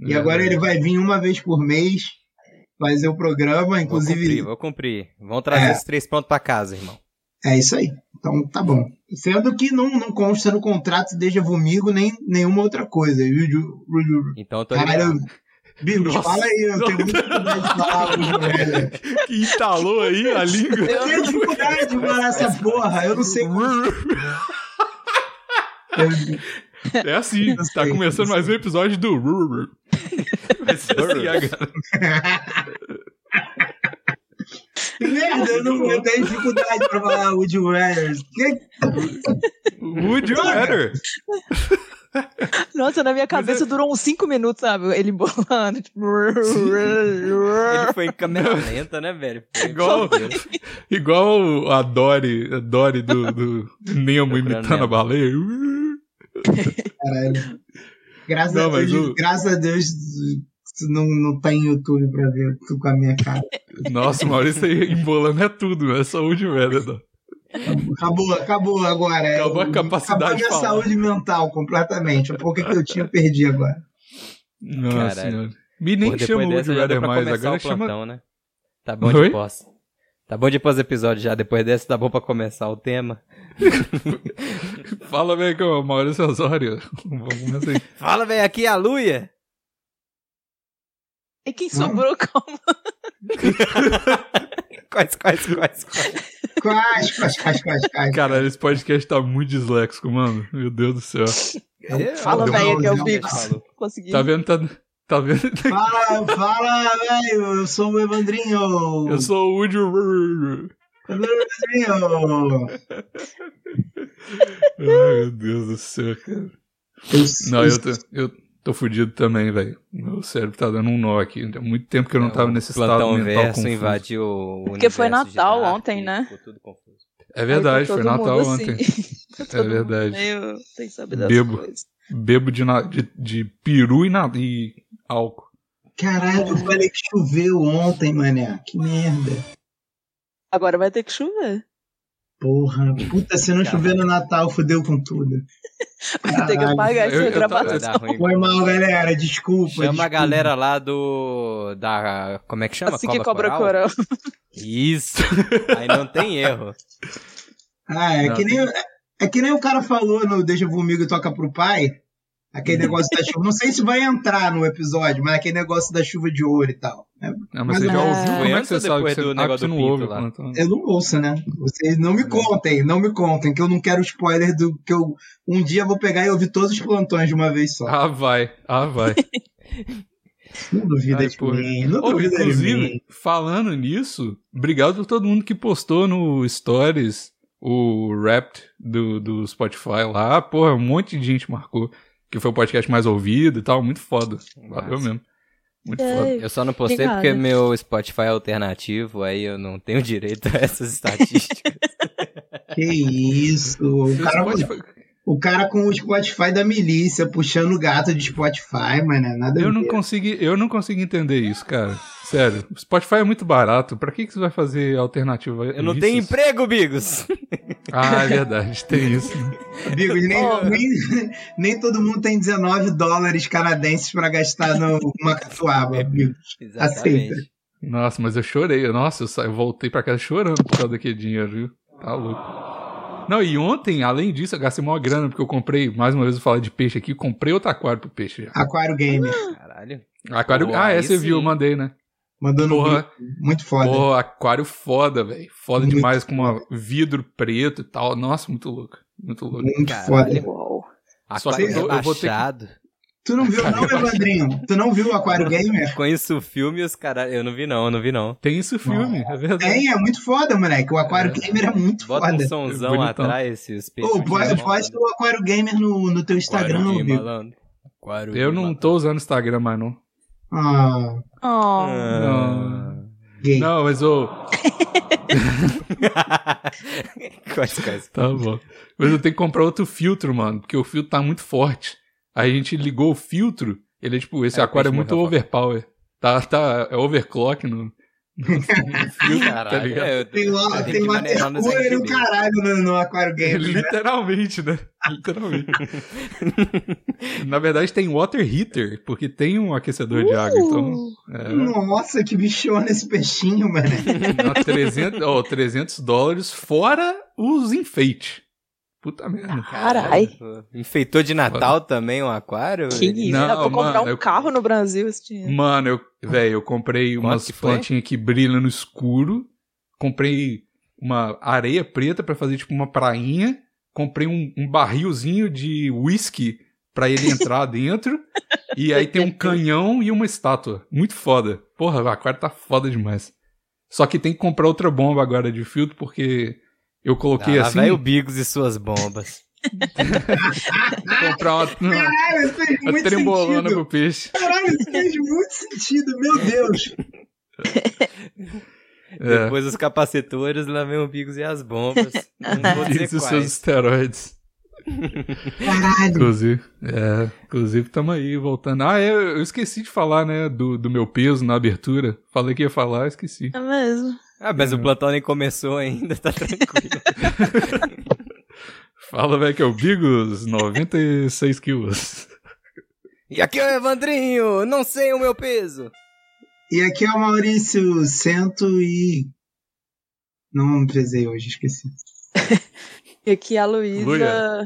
e Uhum. agora ele vai vir uma vez por mês fazer o programa, Vou cumprir, inclusive. vou cumprir. Vão trazer É. esses três pontos pra casa, irmão. É isso aí. Então tá bom. Sendo que não, não consta no contrato Deja Vomigo nem nenhuma outra coisa. viu, Ju- Ju- Ju- Então eu tô [laughs] Caralho, ligado. Bigos, Nossa. fala aí, eu tenho muita dificuldade de [laughs] falar, Bigos, velho. Que entalou aí a língua. Eu tenho dificuldade de falar essa porra, eu não sei como. Eu- É assim, Eu sei, tá começando eu mais um episódio do Rurr. Vai ser assim agora. Que merda, eu, não, eu tenho dificuldade pra falar Woody Warriors. Que Would you better? Nossa, na minha cabeça durou uns 5 minutos, sabe? Ele bolando. tipo, [laughs] Ele foi em câmera lenta, né, velho? Foi- É Meu Igual- Deus. Igual a Dory, a Dory do, do Nemo Procurando imitando a Nemo. baleia. Caralho. Graças, Não, a mas Deus, o- graças a Deus, isso não, não tá em YouTube pra ver tu com a minha cara. Nossa, o Maurício aí embolando é tudo, é só Would you better. não. Acabou, acabou agora. Acabou a Eu- capacidade Acabou de minha falar. saúde mental completamente. O pouco que eu tinha, eu perdi agora. Nossa Caralho. senhora. Me Porra, nem chama depois Would dessa you já deu better pra mais, começar agora o chama... plantão, né? Tá bom Oi? de pós. Tá bom de pós episódio já, depois dessa tá bom pra começar o tema. Fala bem com o Maurício Osório. [laughs] Vamos começar aí. Fala, velho, aqui é a Luia. E quem sobrou como? Quais, quais, quais, quais. Quais, quais, quais, quais, quais. Caralho, esse podcast tá muito disléxico, mano. Meu Deus do céu. Eu- Fala, Deu velho, uma que é o pausa, Bigos. Consegui. Tá vendo? Tá, tá vendo? Fala, fala, velho. Eu sou o Evandrinho. Eu sou o Woody. Evandrinho. Ai, meu Deus do céu, cara. Eu, Não, eu tô, eu tô fudido também, velho. Meu cérebro tá dando um nó aqui. Há muito tempo que eu não tava nesse É, plantão assim, estado mental verso confuso. invadiu o É Porque foi universo de Natal Dark, ontem, né? ficou tudo confuso. É verdade, Aí tá foi todo Natal mundo [laughs] ontem. É assim. Tá todo mundo verdade. meio sem saber das Bebo. coisas. Bebo de, na- de, de peru e, na, e álcool. Caralho, eu falei que choveu ontem, mané. Que merda. Agora vai ter que chover. Porra, puta, se não chover no Natal, fudeu com tudo. Vai ter que Caralho. apagar Eu- essa eu tava- Vai gravação. dar ruim. Foi mal, galera, desculpa. Chama desculpa. a galera lá do. da. Como é que chama? [laughs] Assim que cobra Assim coral. Isso. [laughs] Aí não tem erro. Ah, é Não. que, nem, é que nem o cara falou no Deixa Vomigo e Toca pro Pai. [laughs] Aquele negócio da chuva. Não sei se vai entrar no episódio, mas aquele negócio da chuva de ouro e tal. É, Ah, mas você já Mas, ouviu? é, Como é que antes ou você sabe que depois você, do ah, que negócio você do não Pito ouve? lá? quando- Eu não ouço, né? Vocês não me contem, não me contem, que eu não quero spoiler do que eu um dia vou pegar e ouvir todos os plantões de uma vez só. Ah, vai. Ah, vai. Não duvida Ai, de porra. mim, não Ô, duvida de mim. inclusive, falando nisso, obrigado pra todo mundo que postou no Stories o Wrapped do, do Spotify lá. Porra, um monte de gente marcou que foi o podcast mais ouvido e tal. Muito foda. Valeu Massa. mesmo. Muito É, foda. Eu só não postei Obrigada. porque meu Spotify é alternativo, aí eu não tenho direito a essas [laughs] estatísticas. Que isso? O Seu cara, Spotify- o cara com o Spotify da milícia, puxando o gato de Spotify, mas não é nada eu, a não ver. consegui, eu não consegui entender isso, cara. Sério. O Spotify é muito barato. Pra que, que você vai fazer alternativa? Eu não tenho emprego, Bigos! Ah, é verdade. Tem isso. né? Bigos, nem, Ó. nem- nem todo mundo tem 19 dólares canadenses pra gastar numa catuaba, Bigos. [laughs] Exatamente. Nossa, mas eu chorei. Eu- Nossa, eu, sa- eu voltei pra casa chorando por causa daquele dinheiro, viu? Tá louco. Não, e ontem, além disso, eu gastei maior grana, porque eu comprei, mais uma vez eu falar de peixe aqui, comprei outro aquário pro peixe já. Aquário Gamer, Caralho. Aquário. Pô, ah, aí é, você sim. viu, eu mandei, né? mandando um Porra, grupo. muito foda. porra, aquário foda, velho. Foda Muito demais, com uma vidro preto e tal. Nossa, muito louco. Muito louco. Muito Caralho. foda. Uou. Só Aquário que eu- eu vou ter que- rebaixado. Tu não viu, não, Evandrinho? Tu não viu o Aquário Gamer? Conheço o filme e os caras. Eu não vi, não, eu não vi, não. Tem isso filme, é verdade. Tem, é muito foda, moleque. O Aquário É. Gamer é muito Bota foda. um somzão Bonitão. atrás, esses Ô, posta posta o Aquário Gamer no, no teu Instagram, viu? Eu não tô usando Instagram mais, não. Ah, Oh. Não. Não. gay. Não, mas eu. [laughs] quais, quais? Tá bom. Mas eu tenho que comprar outro filtro, mano, porque o filtro tá muito forte. Aí a gente ligou o filtro, ele é tipo, esse É, o aquário é peixe muito morreu, overpower. Tá, tá, é overclock no, no [laughs] filtro, tá Caralho, ligado? é, eu tô- Tem eu lá, tenho que tem lá maneirar nos Mercúrio e o RGB. caralho no, no Aquário Gamer. Literalmente, né? Literalmente. Na verdade tem water heater, porque tem um aquecedor de água, então... É, Nossa, que bichona esse peixinho, [laughs] mano. dá 300, ó, 300 dólares fora os enfeites. Puta merda. Carai. Enfeitou de Natal também um aquário? Que isso? Não, Dá pra comprar mano, um eu- carro no Brasil esse dinheiro. Mano, eu, velho, eu comprei Quanto umas que foi? plantinhas que brilham no escuro. Comprei uma areia preta pra fazer tipo uma prainha. Comprei um, um barrilzinho de whisky pra [laughs] ele entrar dentro. E aí tem um canhão e uma estátua. Muito foda. Porra, o aquário tá foda demais. Só que tem que comprar outra bomba agora de filtro, porque eu coloquei Ah, lá assim. vai o Bigos e suas [laughs] bombas. [laughs] Comprar uma, uma, Caralho, isso fez uma um muito trembolona sentido. pro peixe. Caralho, isso fez muito sentido, meu Deus. É. Depois os capacetores, lá vem o Bigos e as [laughs] bombas. Não vou dizer Isso e seus quais. esteroides. Caralho. Inclusive, é, inclusive tamo aí voltando. Ah, é, eu esqueci de falar, né, do, do meu peso na abertura. Falei que ia falar, esqueci. É mesmo. Ah, mas o plantão nem começou ainda, tá tranquilo. Fala, velho, que é o Bigos, 96 quilos. [laughs] e aqui é o Evandrinho, não sei o meu peso. E aqui é o Maurício, cento e... Não pesei hoje, esqueci. E aqui a Luísa. Luia.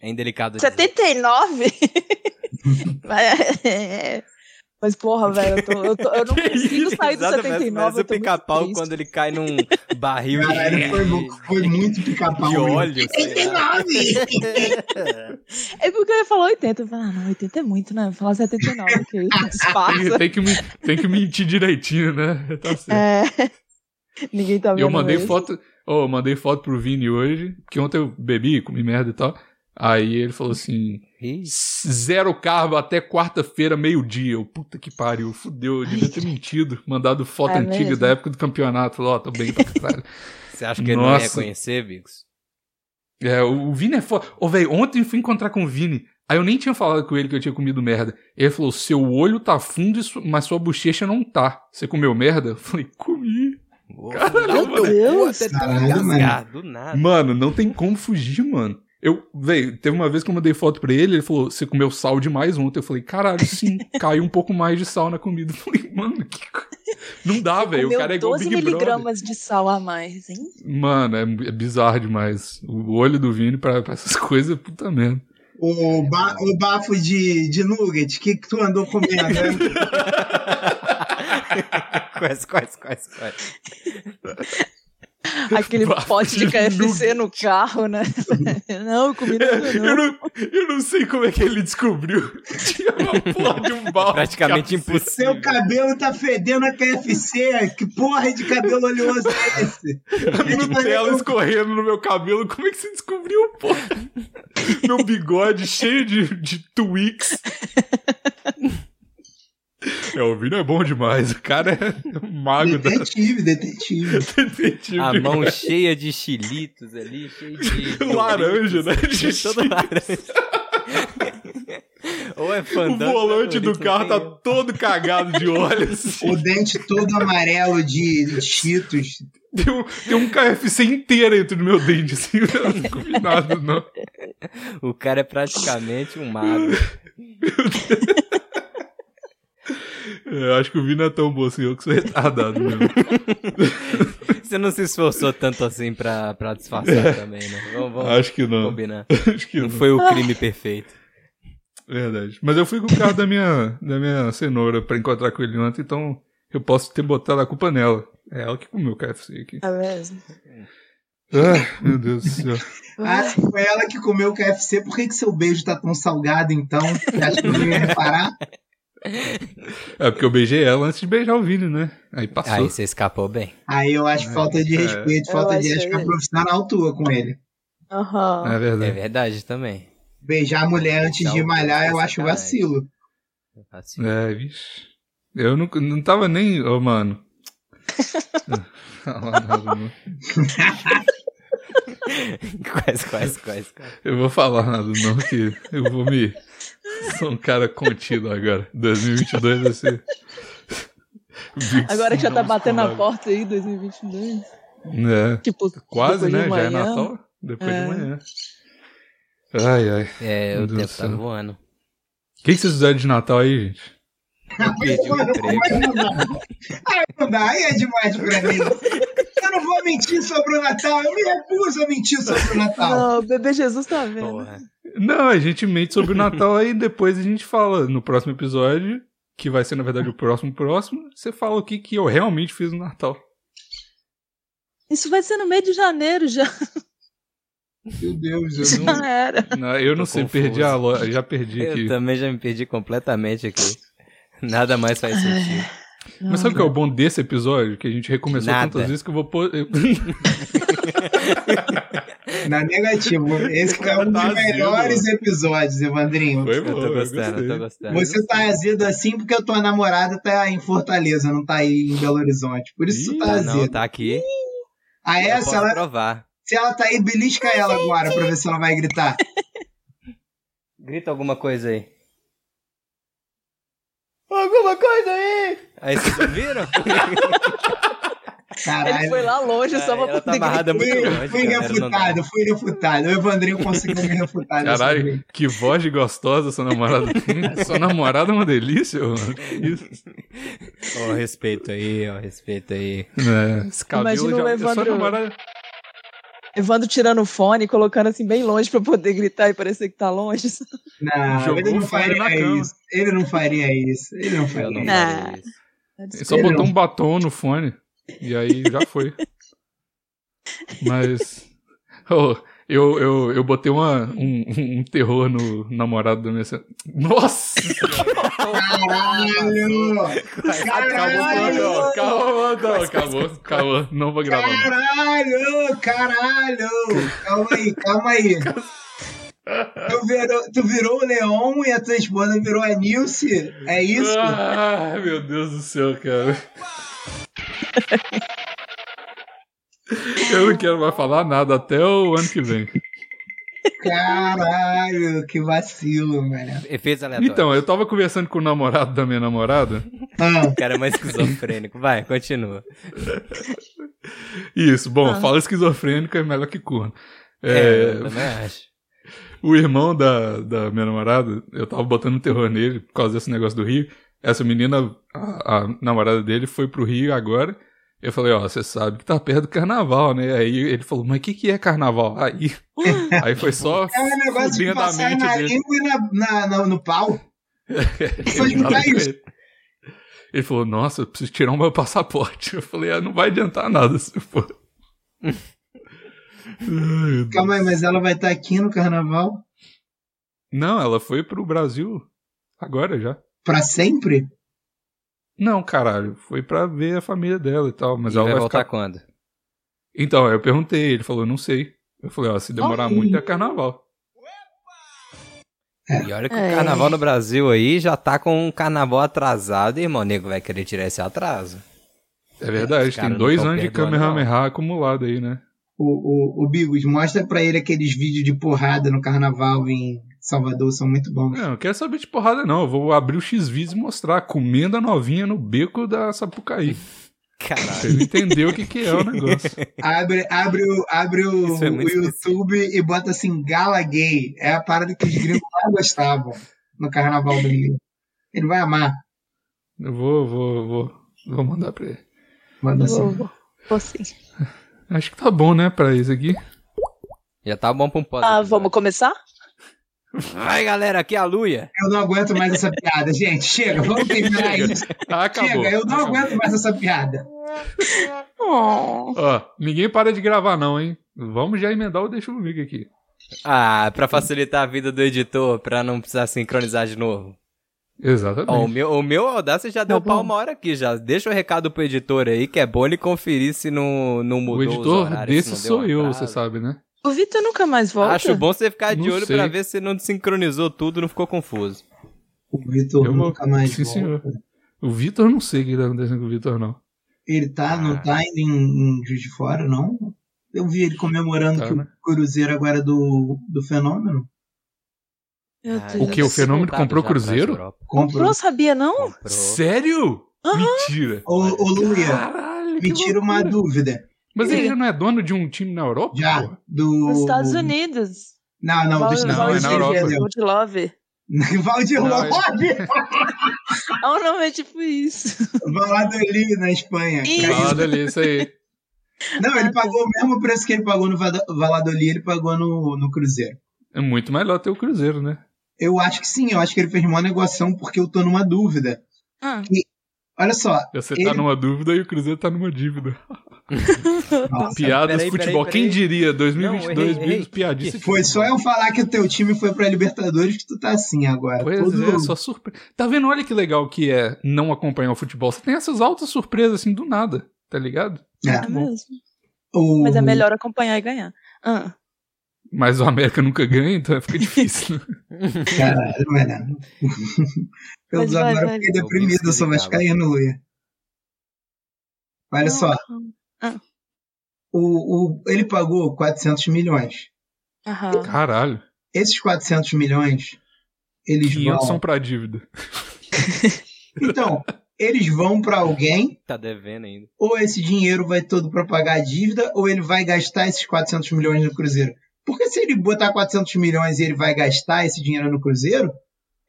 É indelicado. dizer. [laughs] 79? Mas- é. Mas, porra, velho, eu, tô- eu [laughs] tô- eu não Que consigo isso, sair do exato, parece- 79. Parece Eu o tô muito pica-pau triste. quando ele cai [laughs] num barril Caralho, foi, mu- de, foi muito pica-pau. de hoje. óleo, sei [laughs] lá. 39! É porque ele falou 80. Eu falei, ah, não, 80 é muito, né? Falar [laughs] 79, que isso? Passa. Tem, tem que, men- tem que mentir direitinho, né? Tá certo. É. [laughs] Ninguém tá vendo. eu mandei mesmo. foto, oh, eu mandei foto pro Vini hoje, porque ontem eu bebi, comi merda e tal. Aí ele falou assim: zero carbo até quarta-feira, meio-dia. Eu, puta que pariu, fudeu, eu devia ter mentido, mandado foto É antiga mesmo? da época do campeonato. Falou, ó, tô bem pra caralho. Você acha que ele não ia Nossa. reconhecer, Bigos? É, o o Vini é foda. Ô, velho, ontem eu fui encontrar com o Vini. Aí eu nem tinha falado com ele que eu tinha comido merda. Ele falou: seu olho tá fundo, e su- mas sua bochecha não tá. Você comeu merda? Eu falei, comi. Caralho, um Meu Deus! Caralho, mano. Tá do nada. Ah. Mano, não tem como fugir, mano. Eu, velho, teve uma vez que eu mandei foto pra ele, ele falou: Você comeu sal demais ontem? Eu falei: Caralho, [laughs] sim, caiu um pouco mais de sal na comida. Eu falei: Mano, que. co- Não dá, velho. O Comeu cara é igual 12 Big Brother. miligramas de sal a mais, hein? Mano, é, é bizarro demais. O olho do Vini pra, pra essas [laughs] coisas, é puta merda. O, ba- o bafo de, de nugget, o que, que tu andou [laughs] comendo? hein? Quase, quase, quase, quase. [laughs] Aquele Bafo pote de de KFC no carro, [laughs] né? [laughs] não, eu comi tudo, Eu não. não, eu não sei como é que ele descobriu. [laughs] Tinha uma porra de um balde. Praticamente cara. impossível. Seu cabelo tá fedendo a KFC. Que porra de cabelo oleoso é [laughs] esse? é Nutella um escorrendo no meu cabelo. Como é que você descobriu, pô? meu bigode cheio de, de Twix. É, o Vini é bom demais. O cara é mago [laughs] da Detetive, detetive. [laughs] detetive. A mão cheia de chilitos ali, cheio [laughs] de. [laughs] Laranja, né? De De todo laranja. [laughs] Ou é O fandango. volante do Doritos, assim, carro tá tem- um- todo cagado de óleo. assim. [laughs] O dente todo amarelo de Cheetos. Tem um, tem um KFC inteiro dentro do meu dente, assim. Eu não comi nada, não. O cara é praticamente um [laughs] mago. É, acho que o Vini é tão bom assim. Eu que sou [laughs] retardado mesmo. Você não se esforçou tanto assim pra, pra disfarçar também, né? Vamos, vamos Acho que É. não. combinar. Acho que Não não. foi o crime perfeito. Verdade. Mas eu fui com o carro da minha, da minha cenoura pra encontrar com ele ontem, então eu posso ter botado a culpa nela. É ela que comeu o KFC aqui. É mesmo. Ah, meu Deus do céu. Ah, se foi ela que comeu o KFC, por que, que seu beijo tá tão salgado então? Você acha que eu não ia reparar? É porque eu beijei ela antes de beijar o Vini, né? Aí passou. Aí você escapou bem. Aí eu acho falta de É. respeito, Eu falta de achei. ética profissional tua com ele. Aham. é É verdade. verdade também. Beijar a mulher antes de malhar, eu acho vacilo. Assim, [laughs] É, vixe. Eu não, não tava nem. [laughs] Ô, mano. Fala nada, não. Quase, quase, quase. quase. Eu vou falar nada, não, que eu vou me. Sou um cara contido agora. 2022 vai ser. [laughs] Agora que já tá batendo a Vamos porta aí, 2022. falar. É. Tipo, Quase, né? depois de Já é amanhã. Natal. Depois de É. manhã. Ai, ai. É, Meu o Deus tempo do tá céu. voando. O que que vocês fizeram de Natal aí, gente? Eu perdi o Mano, emprego. mas não dá. Aí não dá, aí é demais pra mim. Eu não vou mentir sobre o Natal, eu me recuso a mentir sobre o Natal. Não, o bebê Jesus tá vendo. Porra. Não, a gente mente sobre o Natal aí depois a gente fala no próximo episódio, que vai ser, na verdade, o próximo próximo, você fala o que, que eu realmente fiz no Natal. Isso vai ser no meio de janeiro, já, Hum. Meu Deus, eu [laughs] não. Tá já era. Não, eu não Tô sei, confuso. perdi a loja, já perdi Eu aqui. também já me perdi completamente aqui. Nada mais faz sentido. Mas sabe o que é o bom desse episódio? Que a gente recomeçou Nada. tantas vezes que eu [laughs] vou pôr... Na negativa. Esse é um Tá dos azedo. melhores episódios, Evandrinho. Foi bom, Eu tô gostando, eu gostei. tô gostando. Você tá azedo assim porque a tua namorada tá em Fortaleza, não tá aí em Belo Horizonte. Por isso tu Ih, tá Ah, azedo. não, tá aqui. A Eu essa, posso ela, provar. se ela tá aí, belisca ela agora pra ver se ela vai gritar. Grita alguma coisa aí. Alguma coisa aí! Aí vocês viram? Ele Caralho. foi lá longe só pra Ela tá poder gritar. amarrada muito Fui, longe. fui galera, não dá. refutado, fui refutado. O Evandrinho conseguiu me refutar. dessa vez. Caralho, que voz de gostosa sua [laughs] namorada tem. sua namorada é uma delícia, mano. Que isso. Ó, respeito aí, ó, respeito aí. É, esse cabelo Imagina o já... Sua Evandro- namorada... Evandro tirando o fone, colocando assim bem longe pra poder gritar e parecer que tá longe. Não, Jogou ele não o fone na faria cama. isso. Ele não faria isso. Ele não Eu faria não isso. Não. faria isso. Ele só botou um batom no fone. E aí já foi. Mas. [laughs] Ô, eu, eu, eu botei uma, um, um- um terror no namorado da minha. ce- Nossa! Caralho! Caralho! Calma, calma, calma, calma, calma, não vou gravar. Caralho! Caralho! Calma aí, calma aí. Tu virou, tu virou o Leon e a tua esposa virou a Nilce? É isso? Ah. Ai, meu Deus do céu, cara. Eu não quero mais falar nada até o ano que vem. Caralho, que vacilo, mano. Efeitos aleatórios. Então, eu tava conversando com o namorado da minha namorada. Ah, O cara é mais esquizofrênico. Vai, continua. Isso, bom, Ah. fala esquizofrênico é melhor que corno. É, É, eu também acho. o irmão da, da minha namorada, eu tava botando terror nele por causa desse negócio do Rio. Essa menina, a, a namorada dele, foi pro Rio agora. Eu falei, ó, você sabe que tá perto do carnaval, né? Aí ele falou, mas o que, que é carnaval? [laughs] Aí, aí foi só. É um negócio de fudinha da passar mente na dele. língua e na, na- na- no [laughs] pau. Foi explicar Exatamente. isso. Ele falou, nossa, eu preciso tirar o meu passaporte. Eu falei, ah, não vai adiantar nada se for. Ai, meu Deus. Calma aí, mas ela vai estar aqui no carnaval Não, ela foi pro Brasil agora já. pra sempre? Não, caralho, foi pra ver a família dela e tal, mas E ela vai vai voltar ficar... quando? Então, eu perguntei, ele falou, não sei. Eu falei, ó, se demorar Ai. muito é carnaval. E olha que É. o carnaval no Brasil aí já tá com um carnaval atrasado, irmão. O nego vai querer tirar esse atraso. É verdade, Os caras tem não dois tão anos de perdoando, não. Kamehameha acumulado aí, né? O, o, o Bigos, mostra pra ele aqueles vídeos de porrada no carnaval em Salvador, são [laughs] muito bons. Não, não quero saber de porrada, não. Eu vou abrir o X-Vis e mostrar. Comendo a novinha no beco da Sapucaí. Pra [laughs] Caralho. ele entender o que, que é o negócio. Abre, abre, o, abre o, Isso é muito o YouTube e bota assim, gala gay. É a parada que os gringos mais gostavam no carnaval do Rio. Ele vai amar. Eu vou, vou, vou. Vou mandar pra ele. Manda assim. Vou, vou, vou sim. Acho que tá bom, né, pra isso [laughs] aqui. Já tá bom pra um pós. Ah, vamos começar? Vai, galera, aqui é a Luia. Eu não aguento mais essa piada, gente. Chega, vamos terminar isso. Acabou. Tá, Chega, eu não Acabou. aguento mais essa piada. Oh. Ó, ninguém para de gravar, não, hein? Vamos já emendar o Deixa comigo aqui. Ah, pra facilitar a vida do editor, pra não precisar sincronizar de novo. Exatamente. Ó, o meu, o meu audácia já deu Tá bom. pau uma hora aqui já. Deixa o recado pro editor aí, que é bom ele conferir se não, não mudou o os editor horários, se desse não deu sou eu, atraso. você sabe, né? O Vitor nunca mais volta. Acho bom você ficar de Não olho sei. pra ver se não sincronizou tudo, não ficou confuso. O Vitor Eu vou- nunca mais Sim, volta. senhor. O Vitor, eu não sei o que tá acontecendo com o Vitor, não. Ele tá, Ah. não tá indo em, em Juiz de Fora, não? Eu vi ele comemorando Tá, que né? o Cruzeiro agora é do, do Fenômeno. Meu Ah, Deus. O já que, o tá Fenômeno soltado comprou já pra Cruzeiro? Europa. Eu não Compra. sabia, não? Comprou. Sério? Mentira. Ô, ô Ah, Luia, Caralho. que me tira uma loucura. dúvida. Mas ele Sim. já não é dono de um time na Europa? Já, porra? do. Nos Estados Unidos. Não, não, dos Val- Estados Não, é Unidos. na Europa. entendeu? Good Love. [laughs] Valdir Não, é- Lopes! Ah, O nome é tipo isso. Valladolid, na Espanha. Isso. Cara, Fala dele, Tá isso aí. Não, ele pagou o mesmo preço que ele pagou no Vada- Valladolid, ele pagou no, no Cruzeiro. É muito melhor ter o Cruzeiro, né? Eu acho que sim, eu acho que ele fez uma negociação porque eu tô numa dúvida. [laughs] Ah, Olha só, Você Ele- tá numa dúvida e o Cruzeiro tá numa dívida. Nossa, Piadas, peraí, peraí, futebol. Quem peraí. diria? 2022, Não, errei, Bigos, piadista. foi de só futebol. eu falar que o teu time foi pra Libertadores que tu tá assim agora. Pois Todo- é, só surpresa. Tá vendo? Olha que legal que é não acompanhar o futebol. Você tem essas altas surpresas assim do nada, tá ligado? É. Uhum. é mesmo. O- Mas é melhor acompanhar e ganhar. Ah, Mas o América nunca ganha, então fica [laughs] difícil. né? Caralho, [laughs] mano. Eu Mas vai, agora vai. fiquei deprimido, eu sou Alguém se vascaíno, Luia. Olha não, só, calma. o, o- ele pagou 400 milhões. Aham. Caralho. Esses 400 milhões, eles 500 vão... são pra dívida. um- Então, eles vão pra alguém, Tá devendo ainda. ou esse dinheiro vai todo pra pagar a dívida, ou ele vai gastar esses 400 milhões no Cruzeiro. Porque se ele botar 400 milhões e ele vai gastar esse dinheiro no Cruzeiro,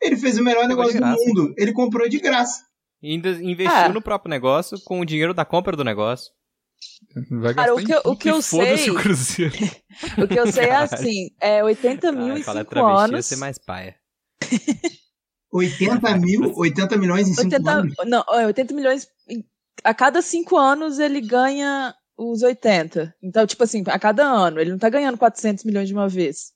ele fez o melhor Pegou de negócio do graça. mundo. Ele comprou de graça. E ainda investiu Ah. no próprio negócio com o dinheiro da compra do negócio. Vai gastar Cara, o em que eu- o tudo que eu foda-se sei- o Cruzeiro. [laughs] O que eu sei é Caralho. assim: é 80 mil Caralho, e falar 5 Ah, travesti ia anos. ser mais paia. [laughs] 80 mil, 80 milhões em 5 80, anos. não, é, 80 milhões. em- A cada cinco anos ele ganha os 80. Então, tipo assim, a cada ano. Ele não tá ganhando 400 milhões de uma vez.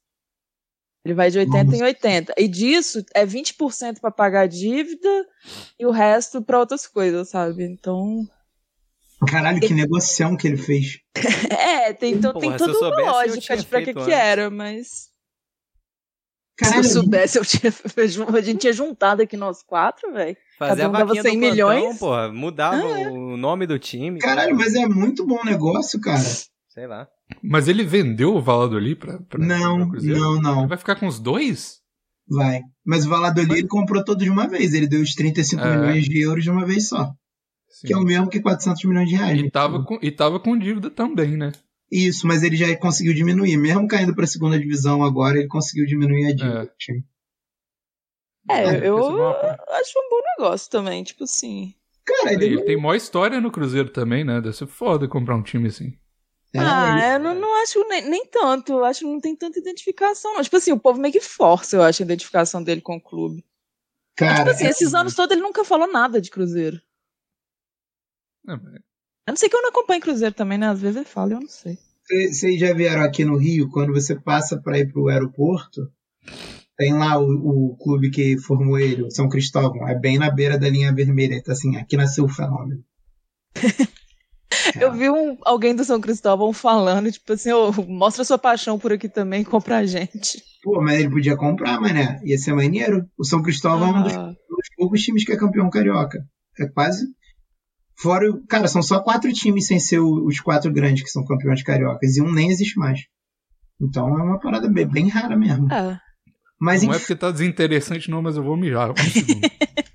Ele vai de 80 em 80. E disso é 20% pra pagar a dívida e o resto pra outras coisas, sabe? Então. [laughs] Caralho, que negocião que ele fez. É, tem, então, tem Porra, se eu toda uma soubesse, eu lógica tinha de pra que, feito que antes. era, mas. Caralho, se eu soubesse, eu tinha, [laughs] um, a gente tinha juntado aqui nós quatro, velho. Fazer Cada a um dava vaquinha 100 do plantão, milhões? Ah, é. porra. Mudava o nome do time. caralho, mas é muito bom negócio, cara. Sei lá. Mas ele vendeu o Valladolid pra, pra, Não, pra Cruzeiro? não, não. Vai ficar com os dois? Vai. Mas o Valladolid ele comprou todo de uma vez. Ele deu os 35 É. milhões de euros de uma vez só. é Sim. um Que é o mesmo que 400 milhões de reais. E tava, com, e tava com dívida também, né? Isso, mas ele já conseguiu diminuir. Mesmo caindo para a segunda divisão agora, ele conseguiu diminuir a dívida É. do time. É, Ele eu fez uma aposta. acho um bom negócio também, tipo assim. Cara, ele Ele tem maior história no Cruzeiro também, né? Deve ser foda comprar um time assim. É, ele- ah, eu não, não acho nem, nem tanto. Eu acho que não tem tanta identificação, não. Tipo assim, o povo meio que força, eu acho, a identificação dele com o clube. cara, é Tipo assim, esses anos todos ele nunca falou nada de Cruzeiro. É, mas- A não ser que eu não acompanhe Cruzeiro também, né? Às vezes ele fala, eu não sei. Vocês já vieram aqui no Rio, quando você passa para ir para o aeroporto, tem lá o, o clube que formou ele, o São Cristóvão. É bem na beira da linha vermelha. Então, assim, aqui nasceu o fenômeno. [laughs] Eu vi um, alguém do São Cristóvão falando, tipo assim, ô, mostra sua paixão por aqui também, compra a gente. Pô, mas ele podia comprar, mané. Ia ser maneiro. O São Cristóvão é um dos, Ah, dos poucos times que é campeão carioca. É quase. Fora. o- Cara, são só quatro times sem ser o- os quatro grandes que são campeões cariocas. E um nem existe mais. Então é uma parada bem, bem rara mesmo. é. Mas Não é enfim, porque tá desinteressante, não, mas eu vou mijar. Um segundo. [laughs]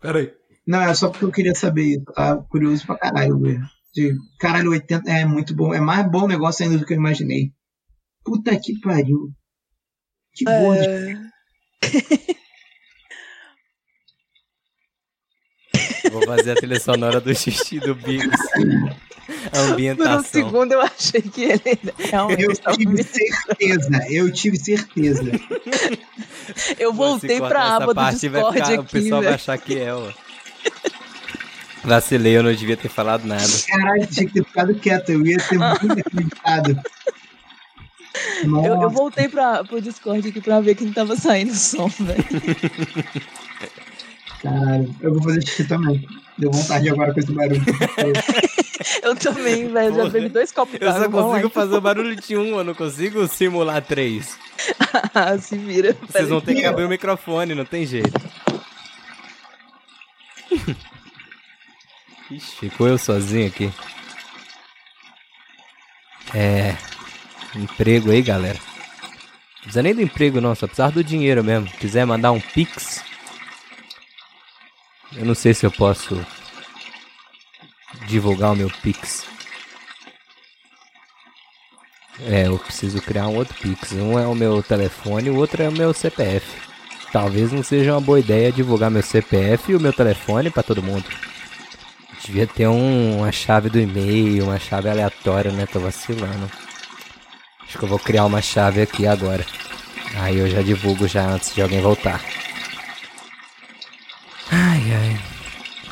Peraí. Não, é só porque eu queria saber. Tá curioso pra caralho, Luiz. De, caralho, 80 é muito bom. É mais bom negócio ainda do que eu imaginei. Puta que pariu. Que É. bom. gente. Vou fazer a trilha sonora do xixi do Bigos. A Por um ambientação. segundo eu achei que ele realmente Eu estava tive me- certeza. Eu tive certeza. Eu voltei Se cortar pra essa aba do parte, vai Discord ficar- O aqui, pessoal vai velho. achar que [laughs] é, ó. Vacilei, eu não devia ter falado nada. Caralho, tinha que ter ficado quieto. Eu ia ser muito [laughs] acreditado. um Nossa, Eu, eu voltei pra, pro Discord aqui pra ver quem tava saindo o som, velho. caralho. Eu vou fazer xixi também. Deu vontade agora com esse [laughs] barulho. [laughs] Eu também, velho. Já Porra. bebi dois copos Eu só d'água, vamos lá, consigo então. fazer o barulho de um, eu não consigo simular três. [laughs] Ah, se vira. Vocês vão ter que Peraí. abrir o microfone, não tem jeito. Ixi, ficou eu sozinho aqui. É. Emprego aí, galera. Não precisa nem do emprego, não, só precisava do dinheiro mesmo. Quiser mandar um pix. Eu não sei se eu posso divulgar o meu pix. É, eu preciso criar um outro Pix. Um é o meu telefone, o outro é o meu CPF. Talvez não seja uma boa ideia divulgar meu CPF e o meu telefone pra todo mundo. Devia ter um- uma chave do e-mail, uma chave aleatória, né? Tô vacilando. Acho que eu vou criar uma chave aqui agora. Aí eu já divulgo já antes de alguém voltar. Ai, ai.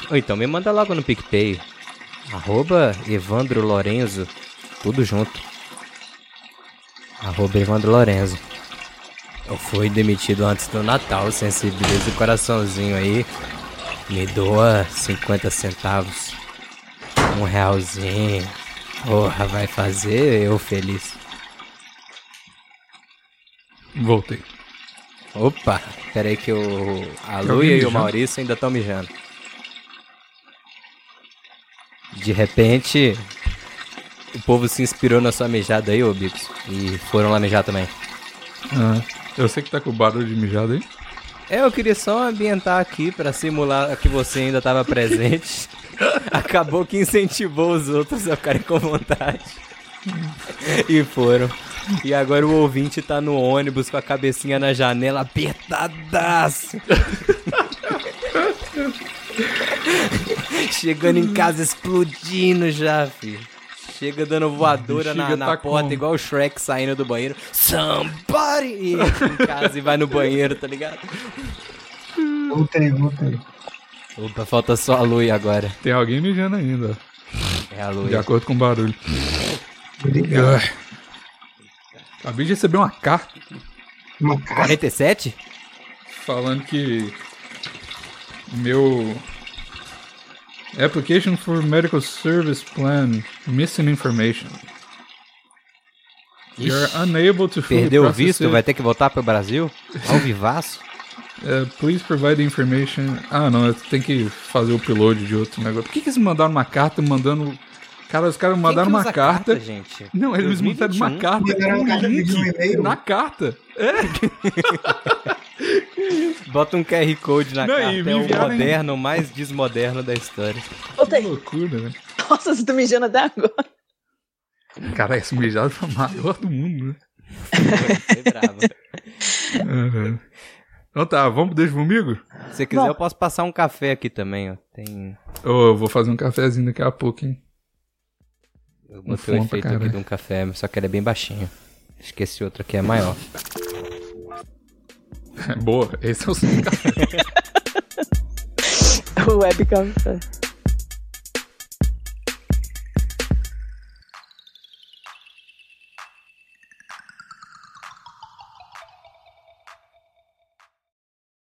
Ou então me manda logo no PicPay. Arroba Evandro Lorenzo. Tudo junto. Arroba Evandro Lorenzo. Eu fui demitido antes do Natal, sensibiliza o coraçãozinho aí. Me doa 50 centavos. Um realzinho. Porra, vai fazer eu feliz. Voltei. Opa, peraí que o. A Tem alguém Luia e o mijando? Maurício ainda estão mijando. De repente, o povo se inspirou na sua mijada aí, ô Bicos. E foram lá mijar também. Ah, eu sei que tá com barulho de mijada aí. É, eu queria só ambientar aqui pra simular que você ainda tava presente. Acabou que incentivou os outros a ficarem com vontade. e foram. E agora o ouvinte tá no ônibus com a cabecinha na janela apertadaço. Chegando em casa explodindo já, filho. Chega dando voadora na, Bexiga na tá porta, como? igual o Shrek saindo do banheiro. Somebody! E entra em casa e vai no banheiro, tá ligado? Voltei, voltei. Opa, falta só a Lui agora. Tem alguém mijando ainda, É a ó, Lui. de acordo com o barulho. Obrigado. Acabei de receber uma carta Uma cara. 47? falando que meu application for medical service plan missing information. You're unable to fully Perdeu o process visto? it. Vai ter que voltar pro Brasil? Ao vivaço? É, please provide information. Ah, não, eu tenho que fazer o upload de outro negócio. Por que, que eles mandaram uma carta mandando. Cara, os caras [laughs] mandaram Quem que uma usa carta. gente. Não, eles mandaram uma 2021? carta. Mandaram com uma carta link de um e-mail. na carta. Bota um QR Code na Não, carta. e me É o enviaram em- moderno, mais [laughs] desmoderno da história. Que Voltei. loucura, né? [laughs] Nossa, você tá mijando até agora. Cara, essa mijada foi a maior do mundo, né? Foi brava. Uhum. Então tá, vamos deixa comigo? Se você quiser, Bom. eu posso passar um café aqui também, ó. Tem. Ô, eu vou fazer um cafezinho daqui a pouco, hein? [laughs] Eu Um botei fome o pra efeito aqui caralho. de um café, só que ele é bem baixinho. Acho que esse outro aqui é maior. Boa, esse é o seu café. O webcam. tá.